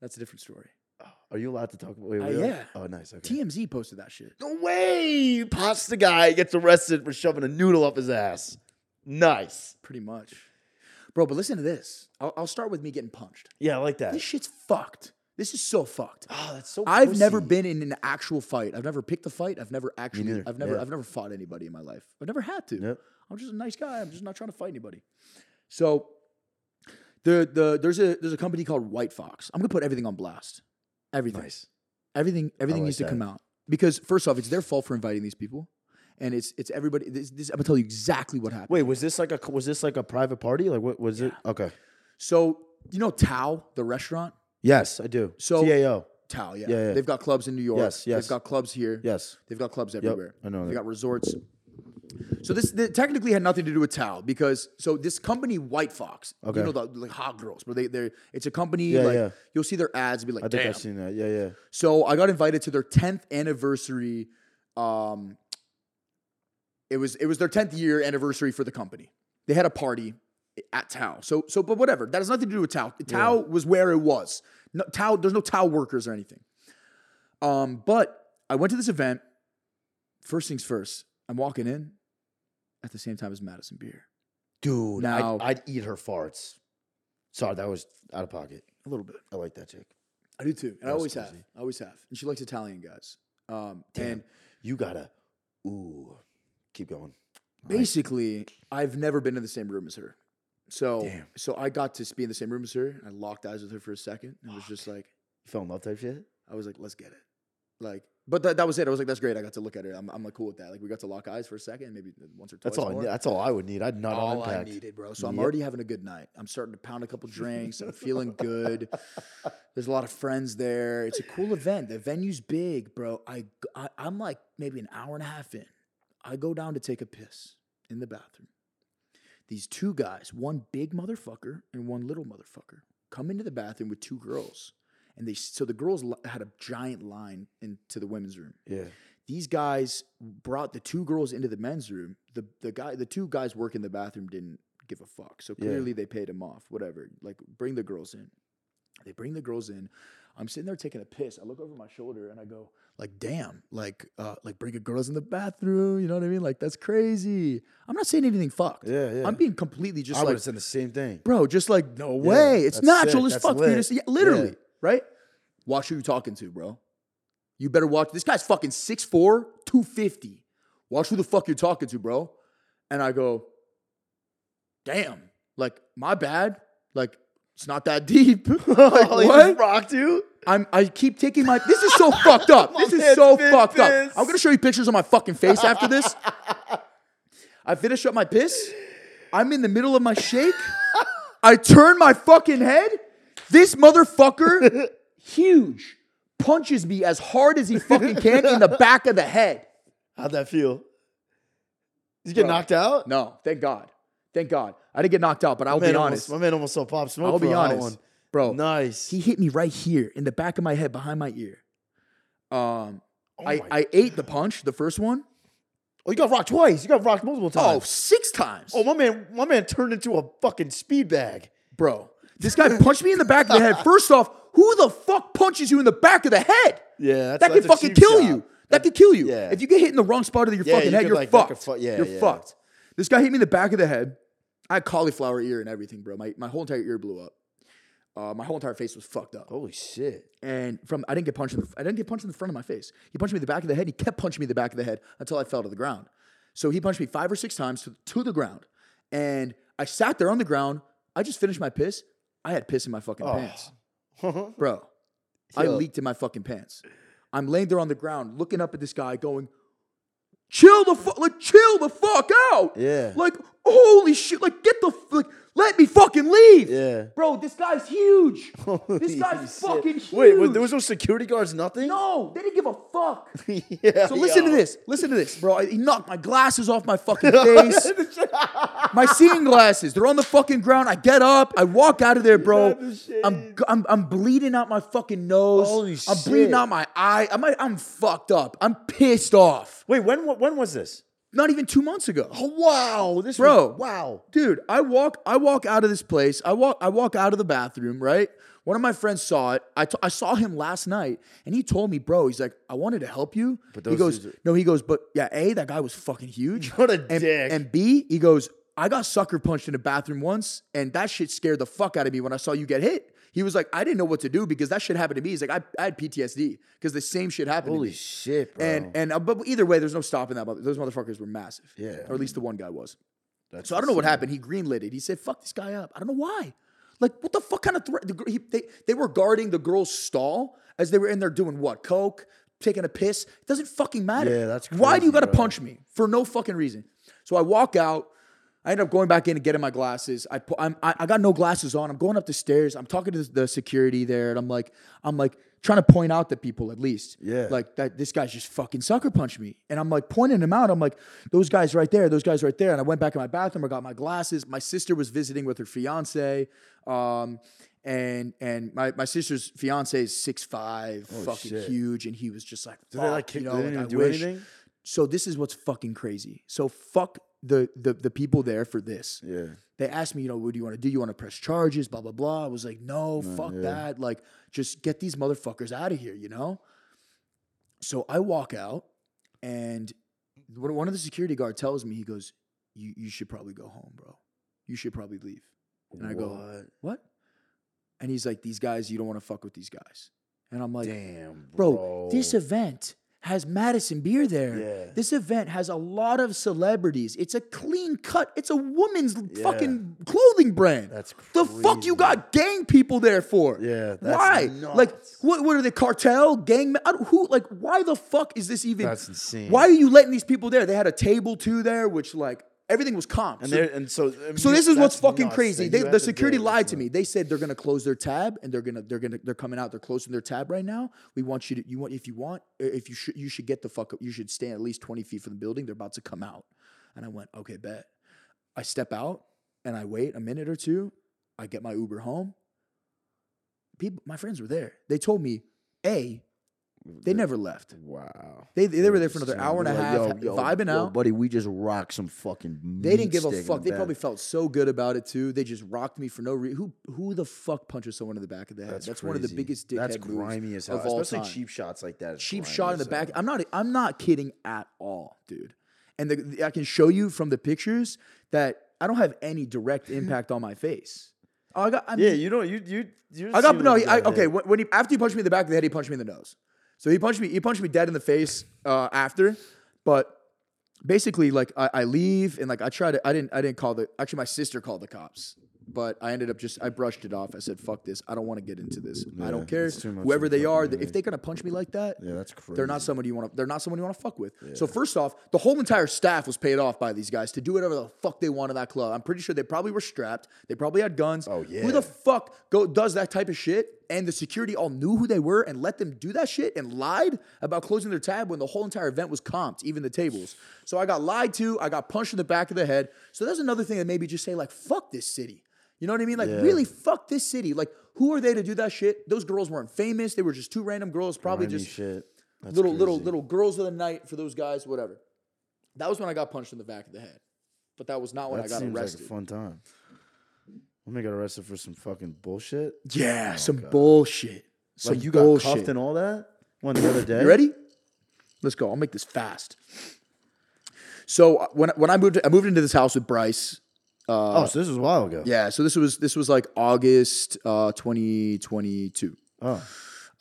Speaker 2: that's a different story.
Speaker 1: Are you allowed to talk about? Wait,
Speaker 2: Uh,
Speaker 1: really?
Speaker 2: yeah.
Speaker 1: Oh, nice. Okay.
Speaker 2: TMZ posted that shit.
Speaker 1: no way! Pasta guy gets arrested for shoving a noodle up his ass. Nice.
Speaker 2: Pretty much, bro. But listen to this. I'll, I'll start with me getting punched.
Speaker 1: Yeah, I like that.
Speaker 2: This shit's fucked. This is so fucked.
Speaker 1: Oh, that's so.
Speaker 2: I've never
Speaker 1: pussy.
Speaker 2: been in an actual fight. I've never picked a fight. I've never actually.
Speaker 1: neither.
Speaker 2: I've never.
Speaker 1: Yeah.
Speaker 2: I've never fought anybody in my life. I've never had to.
Speaker 1: Yep.
Speaker 2: I'm just a nice guy. I'm just not trying to fight anybody. So, the the there's a there's a company called White Fox. I'm gonna put everything on blast. Everything.
Speaker 1: Nice.
Speaker 2: Everything. Everything
Speaker 1: like
Speaker 2: needs
Speaker 1: that.
Speaker 2: to come out because first off, it's their fault for inviting these people, and it's it's everybody. This, this I'm gonna tell you exactly what happened.
Speaker 1: Wait, was this like a was this like a private party? Like what was it? Okay.
Speaker 2: So you know Tao, the restaurant.
Speaker 1: Yes, I do.
Speaker 2: So-
Speaker 1: TAO.
Speaker 2: Tao, yeah.
Speaker 1: Yeah, yeah.
Speaker 2: They've got clubs in New York.
Speaker 1: Yes, yes.
Speaker 2: They've got clubs here.
Speaker 1: Yes.
Speaker 2: They've got clubs everywhere.
Speaker 1: I know
Speaker 2: They
Speaker 1: that.
Speaker 2: got resorts. So this th- technically had nothing to do with Tao because so this company White Fox,
Speaker 1: Okay.
Speaker 2: you know the like hot girls, but they they it's a company
Speaker 1: Yeah,
Speaker 2: like
Speaker 1: yeah.
Speaker 2: you'll see their ads and be like,
Speaker 1: I think
Speaker 2: damn.
Speaker 1: I've seen that. Yeah, yeah.
Speaker 2: So I got invited to their tenth anniversary. Um, it was it was their tenth year anniversary for the company. They had a party at Tao. So so but whatever that has nothing to do with Tao. Tao was where it was. No, Tao there's no Tao workers or anything. Um, but I went to this event. First things first, I'm walking in at the same time as Madison Beer.
Speaker 1: Dude,
Speaker 2: Now-
Speaker 1: I'd, I'd eat her farts. Sorry, that was out of pocket.
Speaker 2: A little bit.
Speaker 1: I like that chick.
Speaker 2: I do too, and I
Speaker 1: That's
Speaker 2: always have.
Speaker 1: cozy.
Speaker 2: I always have, and she likes Italian guys. Um, and
Speaker 1: You gotta. Ooh, keep going.
Speaker 2: basically i've never been in the same room as her so
Speaker 1: Damn.
Speaker 2: so i got to be in the same room as her i locked eyes with her for a second and was just like
Speaker 1: You fell in love type shit.
Speaker 2: i was like let's get it like but that, that was it i was like that's great i got to look at her i'm, I'm like cool with that like we got to lock eyes for a second maybe once or twice
Speaker 1: That's all. I
Speaker 2: more.
Speaker 1: need. That's all I would need. I'd not on
Speaker 2: all I
Speaker 1: impact.
Speaker 2: needed, bro. So I'm
Speaker 1: Yep.
Speaker 2: already having a good night. I'm starting to pound a couple drinks. I'm feeling good. There's a lot of friends there. It's a cool event. The venue's big, bro. I, I I'm like maybe an hour and a half in. I go down to take a piss in the bathroom. These two guys, one big motherfucker and one little motherfucker, come into the bathroom with two girls. And they so the girls li- had a giant line into the women's room
Speaker 1: Yeah.
Speaker 2: these guys brought the two girls into the men's room. The the guy the two guys working the bathroom didn't give a fuck. So
Speaker 1: Yeah.
Speaker 2: clearly they paid him off. Whatever. Like bring the girls in. They bring the girls in. I'm sitting there taking a piss. I look over my shoulder and I go, like, damn, like uh like bring the girls in the bathroom. You know what I mean? Like that's crazy. I'm not saying anything fucked.
Speaker 1: Yeah, yeah.
Speaker 2: I'm being completely just
Speaker 1: I would
Speaker 2: like
Speaker 1: have said the same thing.
Speaker 2: bro, just like no way. It's
Speaker 1: that's
Speaker 2: natural
Speaker 1: sick.
Speaker 2: as
Speaker 1: That's
Speaker 2: fuck for you to
Speaker 1: lit.
Speaker 2: see. yeah, literally,
Speaker 1: Yeah.
Speaker 2: right? Watch who you talking to, bro. You better watch. This guy's fucking 6'4", 250. Watch who the fuck you're talking to, bro. And I go, damn, like my bad. Like it's not that deep. like,
Speaker 1: Oh, he just
Speaker 2: what?
Speaker 1: rocked you.
Speaker 2: I'm, I keep taking my. This is so fucked up. This is so
Speaker 1: man's been
Speaker 2: fucked up.
Speaker 1: pissed.
Speaker 2: I'm gonna show you pictures of my fucking face after this. I finish up my piss. I'm in the middle of my shake. I turn my fucking head. This motherfucker, huge, punches me as hard as he fucking can in the back of the head.
Speaker 1: How'd that feel? Did you get knocked out?
Speaker 2: No, thank God. Thank God. I didn't get knocked out, but I'll
Speaker 1: Man
Speaker 2: be
Speaker 1: almost-
Speaker 2: honest.
Speaker 1: my man almost saw pop smoke.
Speaker 2: I'll
Speaker 1: for
Speaker 2: be
Speaker 1: a hot
Speaker 2: honest.
Speaker 1: one.
Speaker 2: Bro,
Speaker 1: Nice.
Speaker 2: he hit me right here in the back of my head behind my ear. Um, I,
Speaker 1: Oh my
Speaker 2: I ate the punch, the first one.
Speaker 1: oh, you got rocked twice. You got rocked multiple
Speaker 2: Oh,
Speaker 1: times.
Speaker 2: six times.
Speaker 1: Oh, my man, my man turned into a fucking speed bag.
Speaker 2: bro. This guy punched me in the back of the head. First off, who the fuck punches you in the back of the head?
Speaker 1: Yeah, that's-
Speaker 2: that could
Speaker 1: that's a
Speaker 2: fucking
Speaker 1: cheap
Speaker 2: kill
Speaker 1: shot.
Speaker 2: you. That could kill you.
Speaker 1: yeah.
Speaker 2: If you get hit in the wrong spot of your
Speaker 1: Yeah,
Speaker 2: fucking
Speaker 1: you
Speaker 2: head,
Speaker 1: could,
Speaker 2: you're
Speaker 1: like, that could
Speaker 2: fucked.
Speaker 1: fu- yeah,
Speaker 2: you're
Speaker 1: yeah.
Speaker 2: fucked. This guy hit me in the back of the head. I had cauliflower ear and everything, bro. My, my whole entire ear blew up. Uh, my whole entire face was fucked up.
Speaker 1: Holy shit.
Speaker 2: And from I didn't get punched in the I didn't get punched in the front of my face. He punched me in the back of the head. He kept punching me in the back of the head until I fell to the ground. So he punched me five or six times to, to the ground. And I sat there on the ground. I just finished my piss. I had piss in my fucking pants. Bro, I
Speaker 1: Oh. Yo.
Speaker 2: leaked in my fucking pants. I'm laying there on the ground looking up at this guy going, chill the fuck, like, chill the fuck out.
Speaker 1: Yeah.
Speaker 2: Like, holy shit, like, get the, f- like, let me fucking leave.
Speaker 1: Yeah.
Speaker 2: Bro, this guy's huge. this
Speaker 1: Holy
Speaker 2: guy's
Speaker 1: shit.
Speaker 2: fucking huge.
Speaker 1: Wait, was, there was no security guards, nothing?
Speaker 2: no, they didn't give a fuck.
Speaker 1: yeah,
Speaker 2: So listen to this. Listen to this, bro. I- He knocked my glasses off my fucking face. my seeing glasses. They're on the fucking ground. I get up. I walk out of there, bro. I'm, I'm I'm bleeding out my fucking nose.
Speaker 1: Holy
Speaker 2: I'm bleeding
Speaker 1: shit.
Speaker 2: out my eye. I'm I'm fucked up. I'm pissed off.
Speaker 1: Wait, when wa- when was this?
Speaker 2: Not even two months ago.
Speaker 1: Oh, wow. This
Speaker 2: Bro.
Speaker 1: was- wow.
Speaker 2: Dude, I walk I walk out of this place. I walk I walk out of the bathroom, right? One of my friends saw it. I t- I saw him last night and he told me, "Bro, he's like, I wanted to help you." But he
Speaker 1: those
Speaker 2: goes,
Speaker 1: dudes
Speaker 2: "No, he goes, but yeah, A, that guy was fucking huge."
Speaker 1: What a
Speaker 2: and,
Speaker 1: dick.
Speaker 2: And B, he goes, "I got sucker punched in a bathroom once and that shit scared the fuck out of me when I saw you get hit." He was like, "I didn't know what to do because that shit happened to me." He's like, "I, I had PTSD because the same shit happened to me."
Speaker 1: Holy shit, bro.
Speaker 2: And and uh, but either way, there's no stopping that. Mother- those motherfuckers were massive.
Speaker 1: Yeah.
Speaker 2: or at least the one guy was.
Speaker 1: That's
Speaker 2: so I don't know what happened. He greenlit it. He said, "Fuck this guy up." I don't know why. Like, what the fuck kind of threat? The, gr- he, they they were guarding the girl's stall as they were in there doing what? Coke, taking a piss. It doesn't fucking matter.
Speaker 1: Yeah, that's
Speaker 2: why do you
Speaker 1: crazy,
Speaker 2: got to
Speaker 1: bro.
Speaker 2: punch me for no fucking reason? So I walk out. I end up going back in and getting my glasses. I pu- I'm, I I got no glasses on. I'm going up the stairs. I'm talking to the security there, and I'm like, I'm like trying to point out to people at least.
Speaker 1: Yeah.
Speaker 2: Like that this guy's just fucking sucker punched me. And I'm like pointing him out. I'm like, those guys right there, those guys right there. And I went back in my bathroom, I got my glasses. My sister was visiting with her fiance. Um and and my, my sister's fiance is six five, fucking
Speaker 1: shit.
Speaker 2: huge, and he was just like,
Speaker 1: Did they like
Speaker 2: "Fuck," you
Speaker 1: kick
Speaker 2: know,
Speaker 1: they
Speaker 2: like,
Speaker 1: didn't
Speaker 2: I
Speaker 1: even do
Speaker 2: wish-
Speaker 1: anything?
Speaker 2: So this is what's fucking crazy. So fuck the the the people there for this
Speaker 1: Yeah.
Speaker 2: they asked me, you know, what do you want to do? You want to press charges, blah, blah, blah. I was like, no, fuck that. Like, just get these motherfuckers out of here, you know? So I walk out and one one of the security guard tells me, he goes, you, you should probably go home, bro. You should probably leave. And I go,
Speaker 1: What?
Speaker 2: what? And he's like, these guys, you don't want to fuck with these guys. And I'm like,
Speaker 1: Damn,
Speaker 2: bro,
Speaker 1: bro.
Speaker 2: this event has Madison Beer there.
Speaker 1: Yeah.
Speaker 2: This event has a lot of celebrities. It's a clean cut. It's a woman's fucking clothing brand.
Speaker 1: That's
Speaker 2: the fuck you
Speaker 1: crazy.
Speaker 2: got gang people there for.
Speaker 1: Yeah, that's
Speaker 2: why? Like,
Speaker 1: nuts.
Speaker 2: what? What are they? Cartel, gang? ma- I don't, who? Like, why the fuck is this even?
Speaker 1: That's insane.
Speaker 2: Why are you letting these people there? They had a table too there, which like everything was calm.
Speaker 1: And,
Speaker 2: So-
Speaker 1: there and so, I mean,
Speaker 2: so this is
Speaker 1: that's
Speaker 2: what's fucking
Speaker 1: nuts
Speaker 2: crazy.
Speaker 1: that
Speaker 2: They,
Speaker 1: you
Speaker 2: the
Speaker 1: have to
Speaker 2: security
Speaker 1: do
Speaker 2: lied
Speaker 1: this,
Speaker 2: to
Speaker 1: man.
Speaker 2: me. They said they're gonna close their tab and they're gonna they're gonna they're coming out. They're closing their tab right now. We want you to you want if you want uh, if you should you should get the fuck up. You should stand at least twenty feet from the building. They're about to come out. And I went okay, bet. I step out and I wait a minute or two. I get my Uber home. People, my friends were there. They told me, a, they never left.
Speaker 1: Wow.
Speaker 2: They they, were there for
Speaker 1: Just
Speaker 2: another
Speaker 1: saying,
Speaker 2: hour and a
Speaker 1: you're
Speaker 2: half,
Speaker 1: like, yo, yo,
Speaker 2: vibing
Speaker 1: yo,
Speaker 2: out.
Speaker 1: buddy. We just rocked some fucking.
Speaker 2: They didn't
Speaker 1: meat
Speaker 2: give a
Speaker 1: stick in
Speaker 2: fuck.
Speaker 1: the
Speaker 2: They
Speaker 1: back.
Speaker 2: probably felt so good about it too. They just rocked me for no reason. Who who the fuck punches someone in the back of the head? That's, one of the
Speaker 1: crazy.
Speaker 2: biggest dickhead
Speaker 1: That's
Speaker 2: moves
Speaker 1: grimy as hell,
Speaker 2: of all
Speaker 1: especially
Speaker 2: time.
Speaker 1: cheap shots like that. is
Speaker 2: Cheap
Speaker 1: grimy
Speaker 2: shot in the
Speaker 1: as hell.
Speaker 2: back. I'm not I'm not kidding at all, dude. And the, the- I can show you from the pictures that I don't have any direct impact on my face. Oh, I got I mean,
Speaker 1: Yeah, you know, you you. you
Speaker 2: I
Speaker 1: see
Speaker 2: got
Speaker 1: what
Speaker 2: no.
Speaker 1: you
Speaker 2: he- I,
Speaker 1: got
Speaker 2: okay,
Speaker 1: there.
Speaker 2: when, when he after he punched me in the back of the head, he punched me in the nose. So he punched me. He punched me dead in the face uh, after. But basically, like I, I leave and like I try to. I didn't. I didn't call the. Actually, my sister called the cops. But I ended up just I brushed it off. I said, "Fuck this! I don't want to get into this. I don't care.
Speaker 1: it's too much
Speaker 2: Whoever
Speaker 1: of
Speaker 2: they
Speaker 1: a
Speaker 2: are,
Speaker 1: fucking
Speaker 2: th- if they're gonna punch me like that,
Speaker 1: Yeah, that's
Speaker 2: They're not someone you want to. They're not someone you want to fuck with. So first off, the whole entire staff was paid off by these guys to do whatever the fuck they want in that club. I'm pretty sure they probably were strapped. They probably had guns. Oh
Speaker 1: yeah.
Speaker 2: Who the fuck go does that type of shit? And the security all knew who they were and let them do that shit and lied about closing their tab when the whole entire event was comped, even the tables. So I got lied to. I got punched in the back of the head. So that's another thing that maybe just say like fuck this city. You know what I mean? Like really fuck this city. Like who are they to do that shit? Those girls weren't famous. They were just two random girls, probably
Speaker 1: Grimy
Speaker 2: just
Speaker 1: shit. That's
Speaker 2: little little
Speaker 1: crazy.
Speaker 2: little girls of the night for those guys, whatever. That was when I got punched in the back of the head, but that was not when
Speaker 1: That
Speaker 2: I got
Speaker 1: seems
Speaker 2: arrested.
Speaker 1: like a fun time. I'm gonna get arrested for some fucking bullshit.
Speaker 2: yeah, some bullshit. Some
Speaker 1: Oh Like you got
Speaker 2: bullshit.
Speaker 1: cuffed and all that one the other day.
Speaker 2: You ready? Let's go. I'll make this fast. So uh, when when I moved I moved into this house with Bryce.
Speaker 1: Oh, so this was a while ago.
Speaker 2: Yeah, so this was this was like August uh, 2022.
Speaker 1: Oh,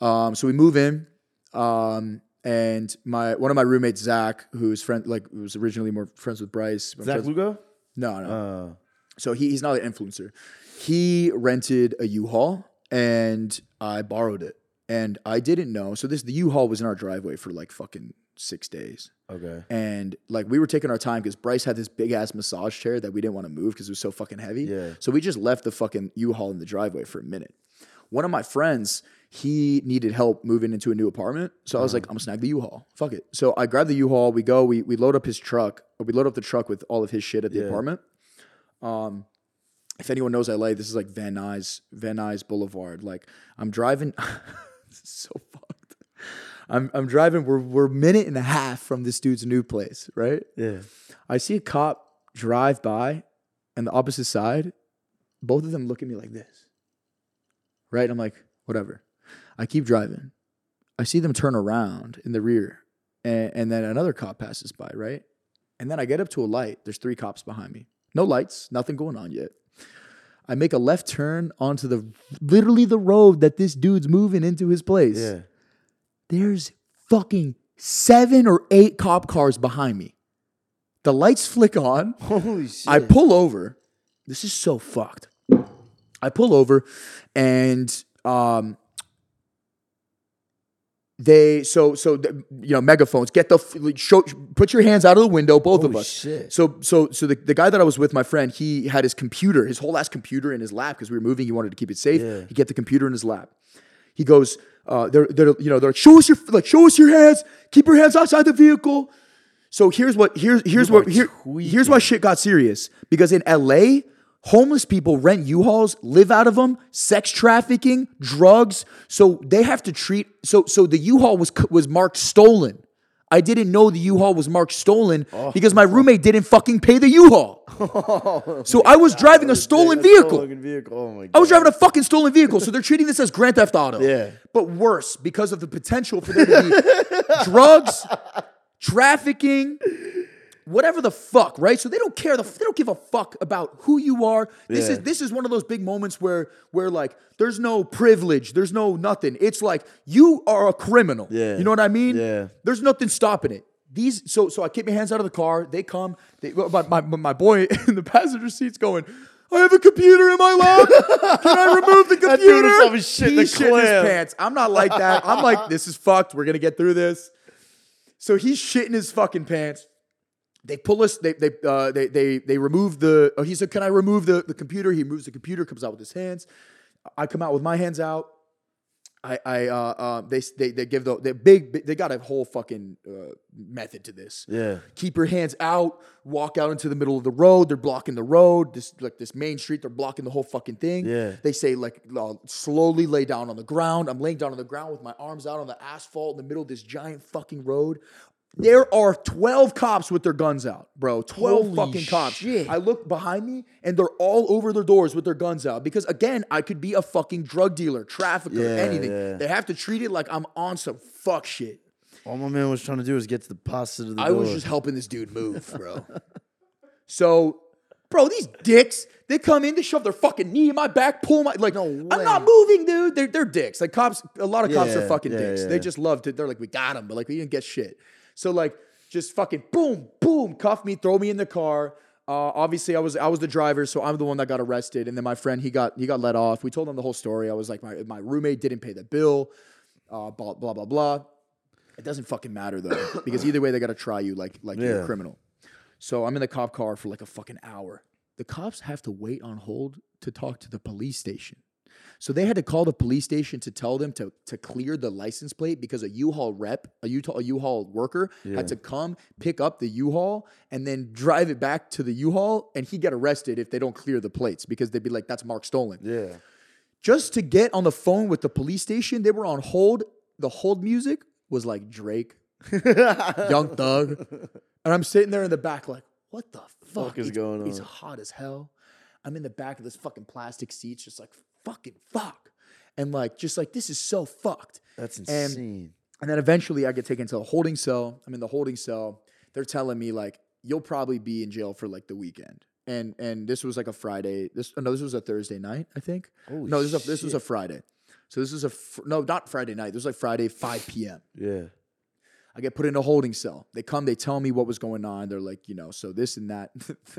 Speaker 2: Um, so we move in, um, and my one of my roommates Zach, who's friend like was originally more friends with Bryce.
Speaker 1: Zach Lugo.
Speaker 2: no, no,
Speaker 1: Uh,
Speaker 2: so he, he's not an influencer. He rented a U-Haul and I borrowed it. And I didn't know. So this the U-Haul was in our driveway for like fucking six days.
Speaker 1: okay.
Speaker 2: And like we were taking our time because Bryce had this big ass massage chair that we didn't want to move because it was so fucking heavy.
Speaker 1: Yeah.
Speaker 2: So we just left the fucking U-Haul in the driveway for a minute. One of my friends, he needed help moving into a new apartment. So I was like, I'm gonna snag the U-Haul. Fuck it. So I grabbed the U-Haul, we go, we we load up his truck, or we load up the truck with all of his shit at the apartment. Um if anyone knows LA, this is like Van Nuys, Van Nuys Boulevard. Like I'm driving this is so fucked. I'm I'm driving, we're we're a minute and a half from this dude's new place, right?
Speaker 1: Yeah.
Speaker 2: I see a cop drive by and the opposite side, both of them look at me like this. Right? I'm like, whatever. I keep driving. I see them turn around in the rear. And, and then another cop passes by, right? And then I get up to a light. There's three cops behind me. No lights, nothing going on yet. I make a left turn onto the literally the road that this dude's moving into his place.
Speaker 1: Yeah.
Speaker 2: There's fucking seven or eight cop cars behind me. The lights flick on.
Speaker 1: Holy shit.
Speaker 2: I pull over. This is so fucked. I pull over and um they so so the, you know megaphones get the f- show put your hands out of the window both of
Speaker 1: Holy
Speaker 2: us
Speaker 1: shit.
Speaker 2: so so so the, the guy that i was with my friend he had his computer his whole ass computer in his lap because we were moving he wanted to keep it safe
Speaker 1: Yeah.
Speaker 2: he get the computer in his lap he goes uh they're, they're you know they're like show us your like show us your hands keep your hands outside the vehicle so here's what here's here's what here, here's why shit got serious because in LA homeless people rent U-Hauls, live out of them, sex trafficking, drugs. So they have to treat so so the U-Haul was c- was marked stolen. I didn't know the U-Haul was marked stolen
Speaker 1: Oh.
Speaker 2: because my roommate didn't fucking pay the U-Haul. so I was driving a stolen
Speaker 1: That's a
Speaker 2: vehicle.
Speaker 1: Stolen vehicle. Oh my god.
Speaker 2: I was driving a fucking stolen vehicle, so they're treating this as Grand Theft Auto.
Speaker 1: Yeah.
Speaker 2: But worse because of the potential for there to be drugs, trafficking, whatever the fuck, right? So they don't care. The, they don't give a fuck about who you are. This is
Speaker 1: Yeah.
Speaker 2: this is one of those big moments where where like there's no privilege, there's no nothing. It's like you are a criminal.
Speaker 1: Yeah.
Speaker 2: You know what I mean?
Speaker 1: Yeah.
Speaker 2: There's nothing stopping it. These so so I keep my hands out of the car. They come. They, my, my my boy in the passenger seat's going. I have a computer in my lap. Can I remove the computer?
Speaker 1: dude was having shit in
Speaker 2: he
Speaker 1: the
Speaker 2: shit in his
Speaker 1: clam.
Speaker 2: pants. I'm not like that. I'm like this is fucked. We're gonna get through this. So he's shitting his fucking pants. They pull us. They they uh, they they they remove the. Oh, he said, "Can I remove the the computer?" He moves the computer. Comes out with his hands. I come out with my hands out. I, I, uh, uh, they, they, they give the, they big, they got a whole fucking uh, method to this.
Speaker 1: Yeah.
Speaker 2: Keep your hands out. Walk out into the middle of the road. They're blocking the road. This like this main street. They're blocking the whole fucking thing.
Speaker 1: Yeah.
Speaker 2: They say like uh, slowly lay down on the ground. I'm laying down on the ground with my arms out on the asphalt in the middle of this giant fucking road. There are 12 cops with their guns out, bro. 12
Speaker 1: Holy
Speaker 2: fucking cops.
Speaker 1: shit.
Speaker 2: I look behind me and they're all over their doors with their guns out because again, I could be a fucking drug dealer, trafficker,
Speaker 1: Yeah,
Speaker 2: anything.
Speaker 1: yeah.
Speaker 2: They have to treat it like I'm on some fuck shit.
Speaker 1: All my man was trying to do was get to the pasta to the
Speaker 2: I
Speaker 1: door.
Speaker 2: was just helping this dude move, bro. so, bro, these dicks, they come in, they shove their fucking knee in my back, pull my like, I'm not moving, dude. They're they're dicks. Like cops, a lot of cops
Speaker 1: Yeah,
Speaker 2: are fucking
Speaker 1: yeah,
Speaker 2: dicks.
Speaker 1: yeah.
Speaker 2: They just loved it. They're like, we got him, but like we didn't get shit. So like, just fucking boom, boom, cuff me, throw me in the car. Uh, obviously, I was I was the driver, so I'm the one that got arrested, and then my friend he got he got let off. We told him the whole story. I was like, my my roommate didn't pay the bill, uh, blah blah blah blah. It doesn't fucking matter though, because either way they got to try you like like you're a
Speaker 1: Yeah.
Speaker 2: criminal. So I'm in the cop car for like a fucking hour. The cops have to wait on hold to talk to the police station. So they had to call the police station to tell them to, to clear the license plate because a U-Haul rep, a U-Haul, a U-Haul worker had to come pick up the U-Haul and then drive it back to the U-Haul and he'd get arrested if they don't clear the plates because they'd be like, that's Mark Stolen.
Speaker 1: Yeah.
Speaker 2: Just to get on the phone with the police station, they were on hold. The hold music was like Drake, Young Thug. And I'm sitting there in the back like, what the fuck,
Speaker 1: is
Speaker 2: It's-
Speaker 1: going
Speaker 2: It's
Speaker 1: on?
Speaker 2: hot as hell. I'm in the back of this fucking plastic seats, just like fucking fuck. And like, just like, this is so fucked.
Speaker 1: That's
Speaker 2: And-
Speaker 1: insane.
Speaker 2: And then eventually I get taken to a holding cell. I'm in the holding cell. They're telling me like you'll probably be in jail for like the weekend. And and this was like a Friday. This no, this was a Thursday night, I think.
Speaker 1: Holy
Speaker 2: no, this was a, this was a Friday. So this was a fr- no, not Friday night. This was like Friday 5 p.m.
Speaker 1: yeah.
Speaker 2: I get put in a holding cell. They come, they tell me what was going on. They're like, you know, so this and that.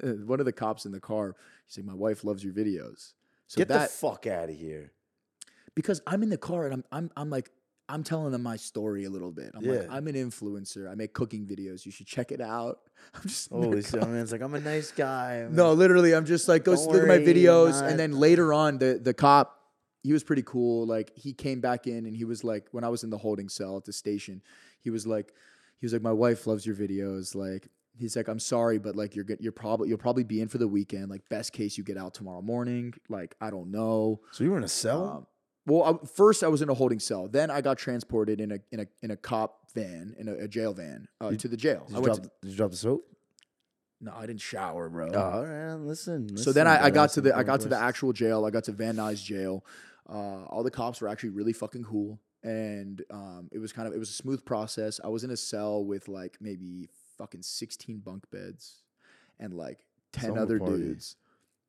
Speaker 2: One of the cops in the car, he's like, my wife loves your videos. So
Speaker 1: Get
Speaker 2: that
Speaker 1: the fuck out of here.
Speaker 2: because I'm in the car and I'm I'm I'm like I'm telling them my story a little bit. I'm like
Speaker 1: Yeah.
Speaker 2: I'm an influencer. I make cooking videos. You should check it out. I'm just in their
Speaker 1: Holy
Speaker 2: car.
Speaker 1: shit, man. It's like, I'm a nice guy. I'm
Speaker 2: no, literally. I'm just like go
Speaker 1: Don't
Speaker 2: look at my
Speaker 1: worry, I'm
Speaker 2: videos,
Speaker 1: not-
Speaker 2: and then later on the the cop he was pretty cool. Like he came back in and he was like when I was in the holding cell at the station, he was like he was like my wife loves your videos like. He's like, I'm sorry, but like you're good. You're probably you'll probably be in for the weekend. Like best case, you get out tomorrow morning. Like I don't know.
Speaker 1: So you were in a cell?
Speaker 2: Um, well, I, first I was in a holding cell. Then I got transported in a in a in a cop van in a, a jail van uh, to the jail.
Speaker 1: did,
Speaker 2: I
Speaker 1: you
Speaker 2: went
Speaker 1: drop,
Speaker 2: to,
Speaker 1: did you drop the soap?
Speaker 2: no, I didn't shower, bro.
Speaker 1: Oh, all right, listen.
Speaker 2: Uh-huh. so then I, I got to the I got to the actual jail. I got to Van Nuys jail. Uh, all the cops were actually really fucking cool, and um, it was kind of it was a smooth process. I was in a cell with like maybe fucking sixteen bunk beds, and like ten
Speaker 1: Summer
Speaker 2: other
Speaker 1: party.
Speaker 2: dudes.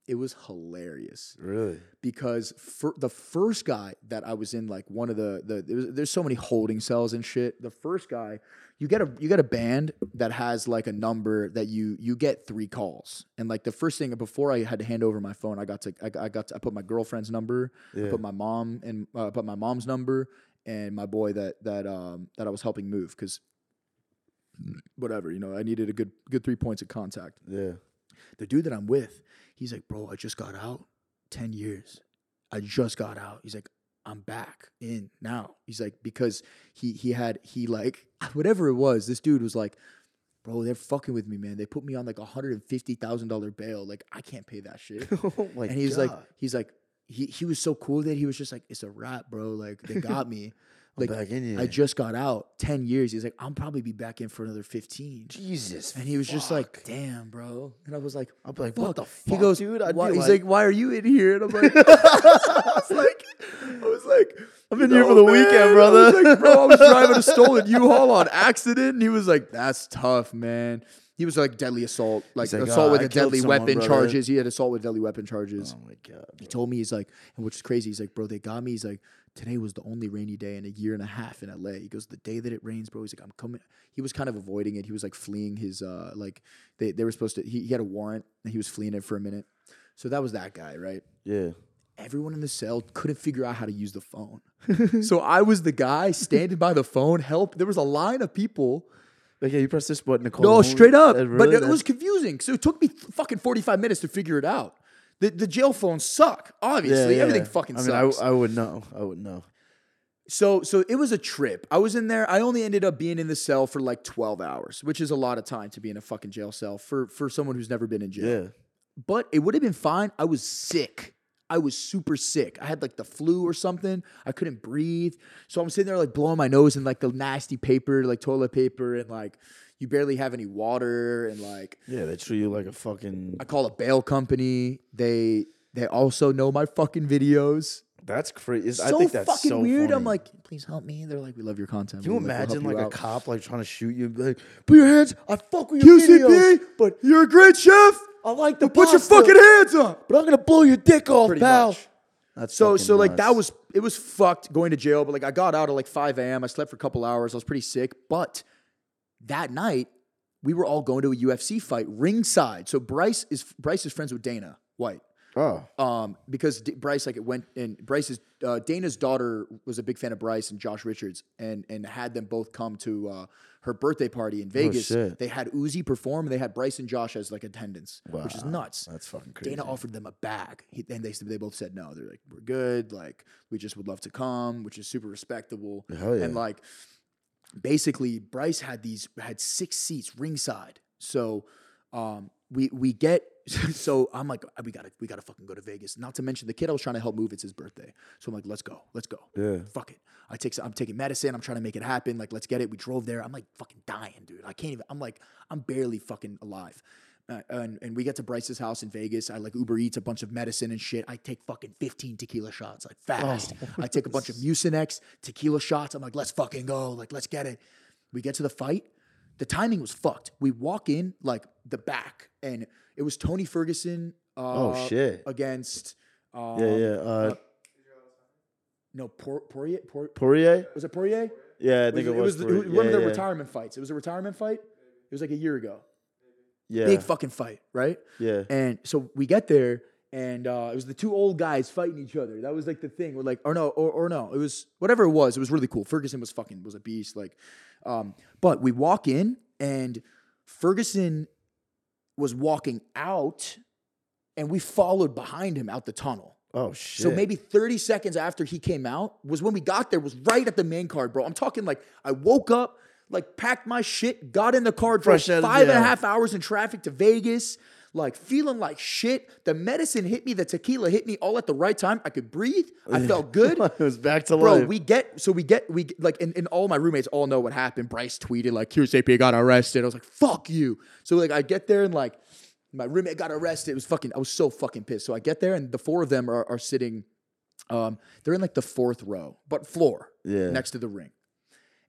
Speaker 2: It was hilarious
Speaker 1: Really?
Speaker 2: because fir- the first guy that I was in, like one of the the there was- there's so many holding cells and shit. The first guy, you get a you get a band that has like a number that you you get three calls, and like the first thing before I had to hand over my phone, I got to I, got- I got to, I put my girlfriend's number, I
Speaker 1: Yeah.
Speaker 2: put my mom and uh, put my mom's number and my boy that that um that I was helping move because whatever you know I needed a good good three points of contact
Speaker 1: Yeah.
Speaker 2: the dude that I'm with, he's like, bro, I just got out 10 years. I just got out. He's like, I'm back in now. He's like, because he he had he like whatever it was, this dude was like, bro, they're fucking with me, man. They put me on like a hundred and fifty thousand dollar bail. Like, I can't pay that shit.
Speaker 1: oh my
Speaker 2: and he was like,
Speaker 1: God.
Speaker 2: he's like, he he was so cool that he was just like, it's a wrap, bro. Like, they got me.
Speaker 1: I'm
Speaker 2: like,
Speaker 1: back in here.
Speaker 2: I just got out 10 years. He's like, I'll probably be back in for another 15.
Speaker 1: Jesus.
Speaker 2: And he was just like,
Speaker 1: fuck.
Speaker 2: damn, bro. And I was like,
Speaker 1: I'll be like, what the fuck?
Speaker 2: He goes,
Speaker 1: dude? I'd
Speaker 2: why,
Speaker 1: be
Speaker 2: he's like, why are you in here? And I'm like, I was like, I was like,
Speaker 1: I've been here for the weekend,
Speaker 2: I was
Speaker 1: brother."
Speaker 2: like, bro, I was driving a stolen U-Haul on accident. And he was like, that's tough, man. He was like deadly assault, like,
Speaker 1: He's like,
Speaker 2: assault
Speaker 1: "Ah,
Speaker 2: with
Speaker 1: I
Speaker 2: a
Speaker 1: killed
Speaker 2: deadly
Speaker 1: someone,
Speaker 2: weapon
Speaker 1: brother."
Speaker 2: charges. He had assault with deadly weapon charges.
Speaker 1: oh my God.
Speaker 2: He told me he's like, and which is crazy. He's like, bro, they got me. He's like, today was the only rainy day in a year and a half in LA. He goes, the day that it rains, bro. He's like, I'm coming. He was kind of avoiding it. He was like fleeing his uh, like they they were supposed to. He, he had a warrant and he was fleeing it for a minute. So that was that guy, right?
Speaker 1: Yeah.
Speaker 2: Everyone in the cell couldn't figure out how to use the phone. so I was the guy standing by the phone. Help! There was a line of people.
Speaker 1: Like, yeah, you press this button to call.
Speaker 2: No,
Speaker 1: home.
Speaker 2: straight up.
Speaker 1: Oh, That
Speaker 2: but
Speaker 1: really-
Speaker 2: it
Speaker 1: that's-
Speaker 2: was confusing. So it took me th- fucking 45 minutes to figure it out. The, the jail phones suck. Obviously, everything fucking
Speaker 1: I mean, I,
Speaker 2: sucks.
Speaker 1: w- I would know. I would know.
Speaker 2: so so it was a trip. I was in there. I only ended up being in the cell for like 12 hours, which is a lot of time to be in a fucking jail cell for for someone who's never been in jail.
Speaker 1: Yeah.
Speaker 2: But it would have been fine. I was sick. I was super sick. I had like the flu or something. I couldn't breathe. So I'm sitting there like blowing my nose in like the nasty paper, like toilet paper, and like you barely have any water and like
Speaker 1: Yeah, they treat you like a fucking.
Speaker 2: I call a bail company. They they also know my fucking videos.
Speaker 1: That's crazy.
Speaker 2: So
Speaker 1: I think that's
Speaker 2: fucking
Speaker 1: so
Speaker 2: weird. I'm
Speaker 1: funny.
Speaker 2: like, please help me. They're like, we love your content.
Speaker 1: Can you
Speaker 2: We, we'll help
Speaker 1: imagine like
Speaker 2: you
Speaker 1: a
Speaker 2: out."
Speaker 1: cop like trying to shoot you? and be Like, put your hands. I fuck with your video,
Speaker 2: QCP, but you're a great chef.
Speaker 1: I like the
Speaker 2: Put your
Speaker 1: pasta,
Speaker 2: fucking hands up.
Speaker 1: But I'm gonna blow your dick off,
Speaker 2: Pretty
Speaker 1: pal.
Speaker 2: much.
Speaker 1: That's
Speaker 2: So
Speaker 1: fucking
Speaker 2: so like
Speaker 1: nuts.
Speaker 2: that was it was fucked going to jail. But like I got out at like 5 a.m. I slept for a couple hours. I was pretty sick. But that night we were all going to a UFC fight ringside. So Bryce is Bryce is friends with Dana White.
Speaker 1: Oh,
Speaker 2: Um, because D- Bryce like it went and Bryce's uh, Dana's daughter was a big fan of Bryce and Josh Richards and and had them both come to uh, her birthday party in Vegas.
Speaker 1: Oh, shit.
Speaker 2: they had Uzi perform and they had Bryce and Josh as like attendants, which is nuts.
Speaker 1: that's fucking crazy.
Speaker 2: Dana offered them a bag, he, and they they both said no. They're like, "We're good. Like, we just would love to come," which is super respectable.
Speaker 1: Hell yeah.
Speaker 2: And like, basically, Bryce had these had six seats ringside. So, um, we we get. So I'm like, we gotta we gotta fucking go to Vegas. Not to mention the kid I was trying to help move. It's his birthday, so I'm like, let's go, let's go.
Speaker 1: Yeah.
Speaker 2: Fuck it. I take I'm taking medicine. I'm trying to make it happen. Like, let's get it. We drove there. I'm like fucking dying, dude. I can't even. I'm like, I'm barely fucking alive. Uh, and, and we get to Bryce's house in Vegas. I like Uber Eats a bunch of medicine and shit. I take fucking 15 tequila shots like fast.
Speaker 1: Oh.
Speaker 2: I take a bunch of Mucinex, tequila shots. I'm like, let's fucking go. Like, let's get it. We get to the fight. The timing was fucked. We walk in like the back, and it was Tony Ferguson. Uh,
Speaker 1: Oh, shit.
Speaker 2: Against um,
Speaker 1: yeah, yeah. Uh,
Speaker 2: no Por- Poirier. Por-
Speaker 1: Poirier.
Speaker 2: was it Poirier?
Speaker 1: Yeah, I think
Speaker 2: it
Speaker 1: it, was.
Speaker 2: was, the-
Speaker 1: Poirier.
Speaker 2: one of
Speaker 1: yeah,
Speaker 2: their
Speaker 1: yeah,
Speaker 2: retirement fights. It was a retirement fight. It was like a year ago.
Speaker 1: Yeah,
Speaker 2: Big fucking fight, right?
Speaker 1: yeah.
Speaker 2: And so we get there, and uh, it was the two old guys fighting each other. That was like the thing. We're like, or no, or, or no. It was whatever it was. It was really cool. Ferguson was fucking was a beast. Like, um, but we walk in, and Ferguson was walking out, and we followed behind him out the tunnel.
Speaker 1: Oh shit.
Speaker 2: So maybe 30 seconds after he came out was when we got there, was right at the main card, bro. I'm talking like I woke up, like packed my shit, got in the car, drove
Speaker 1: Fresh out of
Speaker 2: five and a
Speaker 1: jail.
Speaker 2: half hours in traffic to Vegas, like feeling like shit. The medicine hit me, the tequila hit me all at the right time. I could breathe. I felt good.
Speaker 1: it was back to
Speaker 2: Bro,
Speaker 1: life.
Speaker 2: we get so we get we get- like and, and all my roommates all know what happened. Bryce tweeted like QSAP got arrested. I was like, fuck you. So like I get there and like my roommate got arrested. It was fucking I was so fucking pissed. So I get there and the four of them are, are sitting um they're in like the fourth row, but floor
Speaker 1: Yeah.
Speaker 2: next to the ring.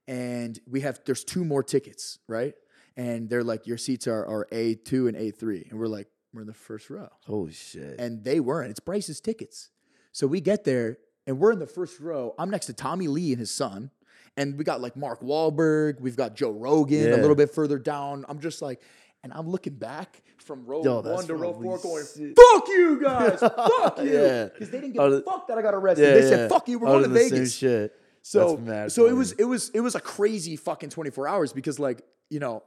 Speaker 2: And we have there's two more tickets, right? And they're like, your seats are are A two and A three. And we're like, we're in the first row
Speaker 1: Holy shit.
Speaker 2: and they weren't. It's Bryce's tickets. So we get there and we're in the first row. I'm next to Tommy Lee and his son. And we got like Mark Wahlberg, we've got Joe Rogan a
Speaker 1: Yeah.
Speaker 2: little bit further down. I'm just like, and I'm looking back from row
Speaker 1: Yo,
Speaker 2: one
Speaker 1: that's
Speaker 2: to row
Speaker 1: holy
Speaker 2: four going,
Speaker 1: shit.
Speaker 2: fuck you guys, fuck you.
Speaker 1: Yeah.
Speaker 2: Because they didn't give
Speaker 1: Out
Speaker 2: a
Speaker 1: of-
Speaker 2: fuck that I got arrested.
Speaker 1: Yeah,
Speaker 2: they said,
Speaker 1: yeah.
Speaker 2: fuck you, we're
Speaker 1: Out
Speaker 2: going to
Speaker 1: of the
Speaker 2: Vegas.
Speaker 1: same shit.
Speaker 2: So
Speaker 1: That's mad
Speaker 2: so it
Speaker 1: funny.
Speaker 2: was it was it was a crazy fucking 24 hours because like, you know,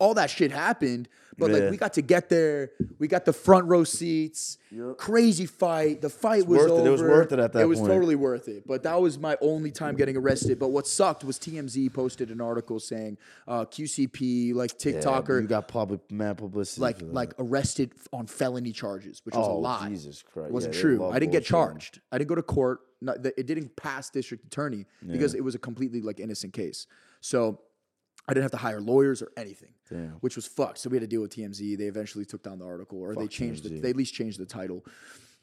Speaker 2: all that shit happened, but like
Speaker 1: Yeah.
Speaker 2: we got to get there. We got the front row seats. Crazy fight. The fight was
Speaker 1: worth it.
Speaker 2: over.
Speaker 1: It was worth it at that
Speaker 2: It was
Speaker 1: point.
Speaker 2: totally worth it. But that was my only time getting arrested. But what sucked was TMZ posted an article saying uh, QCP like
Speaker 1: Yeah,
Speaker 2: TikToker
Speaker 1: You got public mad publicity.
Speaker 2: like
Speaker 1: for that.
Speaker 2: like arrested f- on felony charges, which was a
Speaker 1: Oh,
Speaker 2: lie.
Speaker 1: Jesus Christ.
Speaker 2: It wasn't
Speaker 1: Yeah, they
Speaker 2: true.
Speaker 1: love
Speaker 2: I didn't get
Speaker 1: bullshitting.
Speaker 2: charged. I didn't go to court. Not, the, it didn't pass district attorney because it was a completely like innocent case. So I didn't have to hire lawyers or anything, which was fucked. So we had to deal with TMZ. They eventually took down the article, or they changed. The, they at least changed the title,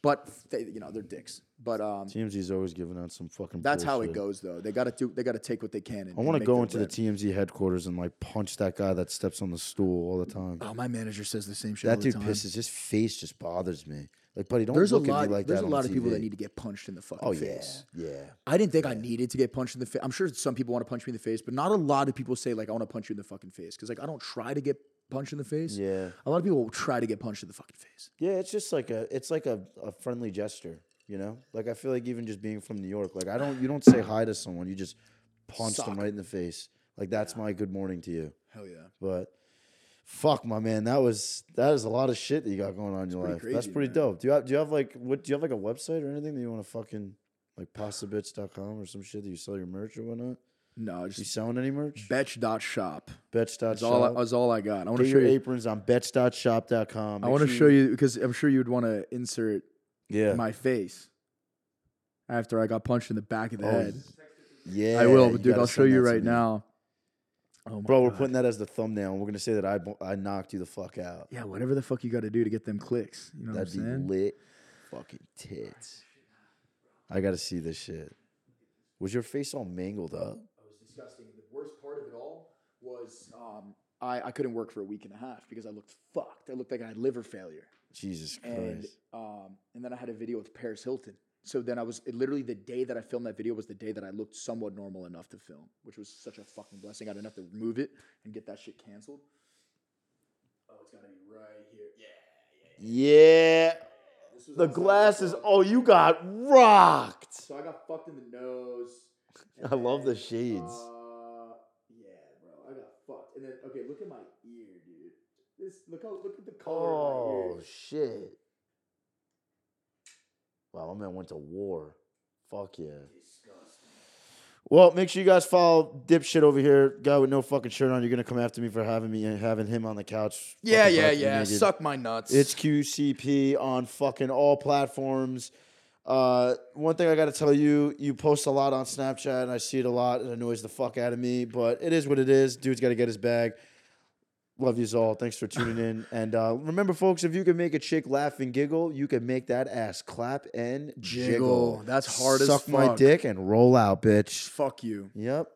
Speaker 2: but they, you know they're dicks. But um,
Speaker 1: TMZ's always giving out some fucking.
Speaker 2: that's how it
Speaker 1: bullshit.
Speaker 2: goes, though. They got to do. They got to take what they can. And,
Speaker 1: I want to go into the TMZ headquarters and like punch that guy that steps on the stool all the time.
Speaker 2: Oh, my manager says the same shit. all
Speaker 1: that
Speaker 2: the
Speaker 1: dude
Speaker 2: time.
Speaker 1: pisses. His face just bothers me. Like, buddy, don't
Speaker 2: There's a
Speaker 1: look
Speaker 2: lot.
Speaker 1: at me like
Speaker 2: there's
Speaker 1: that.
Speaker 2: a
Speaker 1: on
Speaker 2: lot of people that
Speaker 1: TV.
Speaker 2: need to get punched in the fucking
Speaker 1: Oh yeah,
Speaker 2: face.
Speaker 1: yeah.
Speaker 2: I didn't think I needed to get punched in the face. I'm sure some people want to punch me in the face, but not a lot of people say like I want to punch you in the fucking face because like I don't try to get punched in the face.
Speaker 1: Yeah.
Speaker 2: a lot of people will try to get punched in the fucking face.
Speaker 1: Yeah, it's just like a it's like a, a friendly gesture, you know? Like I feel like even just being from New York, like I don't you don't say hi to someone, you just punch them right in the face. Like that's my good morning to you.
Speaker 2: Hell yeah,
Speaker 1: But fuck my man, that was that is a lot of shit that you got going on in your life. that's
Speaker 2: crazy,
Speaker 1: pretty
Speaker 2: man.
Speaker 1: dope. Do you have do you have like what do you have like a website or anything that you want to fucking like pastabitch.com or some shit that you sell your merch or whatnot?
Speaker 2: no,
Speaker 1: You
Speaker 2: just
Speaker 1: selling any merch?
Speaker 2: betch dot shop.
Speaker 1: Betch.shop.
Speaker 2: That's all. I, uh, that's all I got. I want
Speaker 1: Get
Speaker 2: to show
Speaker 1: your
Speaker 2: you.
Speaker 1: aprons on betch.shop.com.
Speaker 2: I want to show you because I'm sure you'd want to insert
Speaker 1: Yeah.
Speaker 2: my face after I got punched in the back of the
Speaker 1: Oh,
Speaker 2: head.
Speaker 1: yeah.
Speaker 2: I will,
Speaker 1: you
Speaker 2: but dude,
Speaker 1: gotta
Speaker 2: I'll show
Speaker 1: send
Speaker 2: you
Speaker 1: that to
Speaker 2: right
Speaker 1: me.
Speaker 2: now. Oh my
Speaker 1: Bro, we're
Speaker 2: God.
Speaker 1: putting that as the thumbnail. and We're gonna say that I bo- I knocked you the fuck out.
Speaker 2: Yeah, whatever the fuck you got to do to get them clicks. You know
Speaker 1: That'd be
Speaker 2: what I'm saying?
Speaker 1: lit. Fucking tits. I gotta see this shit. Was your face all mangled up?
Speaker 2: It was disgusting. The worst part of it all was um, I, I couldn't work for a week and a half because I looked fucked. I looked like I had liver failure.
Speaker 1: Jesus
Speaker 2: And
Speaker 1: Christ.
Speaker 2: um, and then I had a video with Paris Hilton. So then I was it, literally the day that I filmed that video was the day that I looked somewhat normal enough to film, which was such a fucking blessing. I didn't have to remove it and get that shit canceled. Oh, gotta be right here. Yeah, yeah, yeah.
Speaker 1: Yeah.
Speaker 2: This was
Speaker 1: The
Speaker 2: outside of
Speaker 1: glasses.
Speaker 2: club.
Speaker 1: Oh, you got rocked.
Speaker 2: So I got fucked in the nose. and
Speaker 1: I love the
Speaker 2: then,
Speaker 1: shades.
Speaker 2: Uh, yeah, bro, I got fucked. And then okay, look at my ear, dude. This look how look at the color of my
Speaker 1: Oh
Speaker 2: ear.
Speaker 1: shit. Wow, my man went to war. Fuck yeah. Well, make sure you guys follow dipshit over here, guy with no fucking shirt on. You're gonna come after me for having me having him on the couch.
Speaker 4: Yeah,
Speaker 1: fucking
Speaker 4: yeah,
Speaker 1: practically
Speaker 4: yeah.
Speaker 1: naked.
Speaker 4: Suck my nuts.
Speaker 1: It's QCP on fucking all platforms. Uh, one thing I got to tell you, you post a lot on Snapchat, and I see it a lot. It annoys the fuck out of me, but it is what it is. Dude's got to get his bag. Love yous all. Thanks for tuning in. And uh, remember, folks, if you can make a chick laugh and giggle, you can make that ass clap and jiggle.
Speaker 2: Jiggle. That's hard as
Speaker 1: Suck my
Speaker 2: fuck.
Speaker 1: dick and roll out, bitch.
Speaker 2: Fuck you.
Speaker 1: Yep.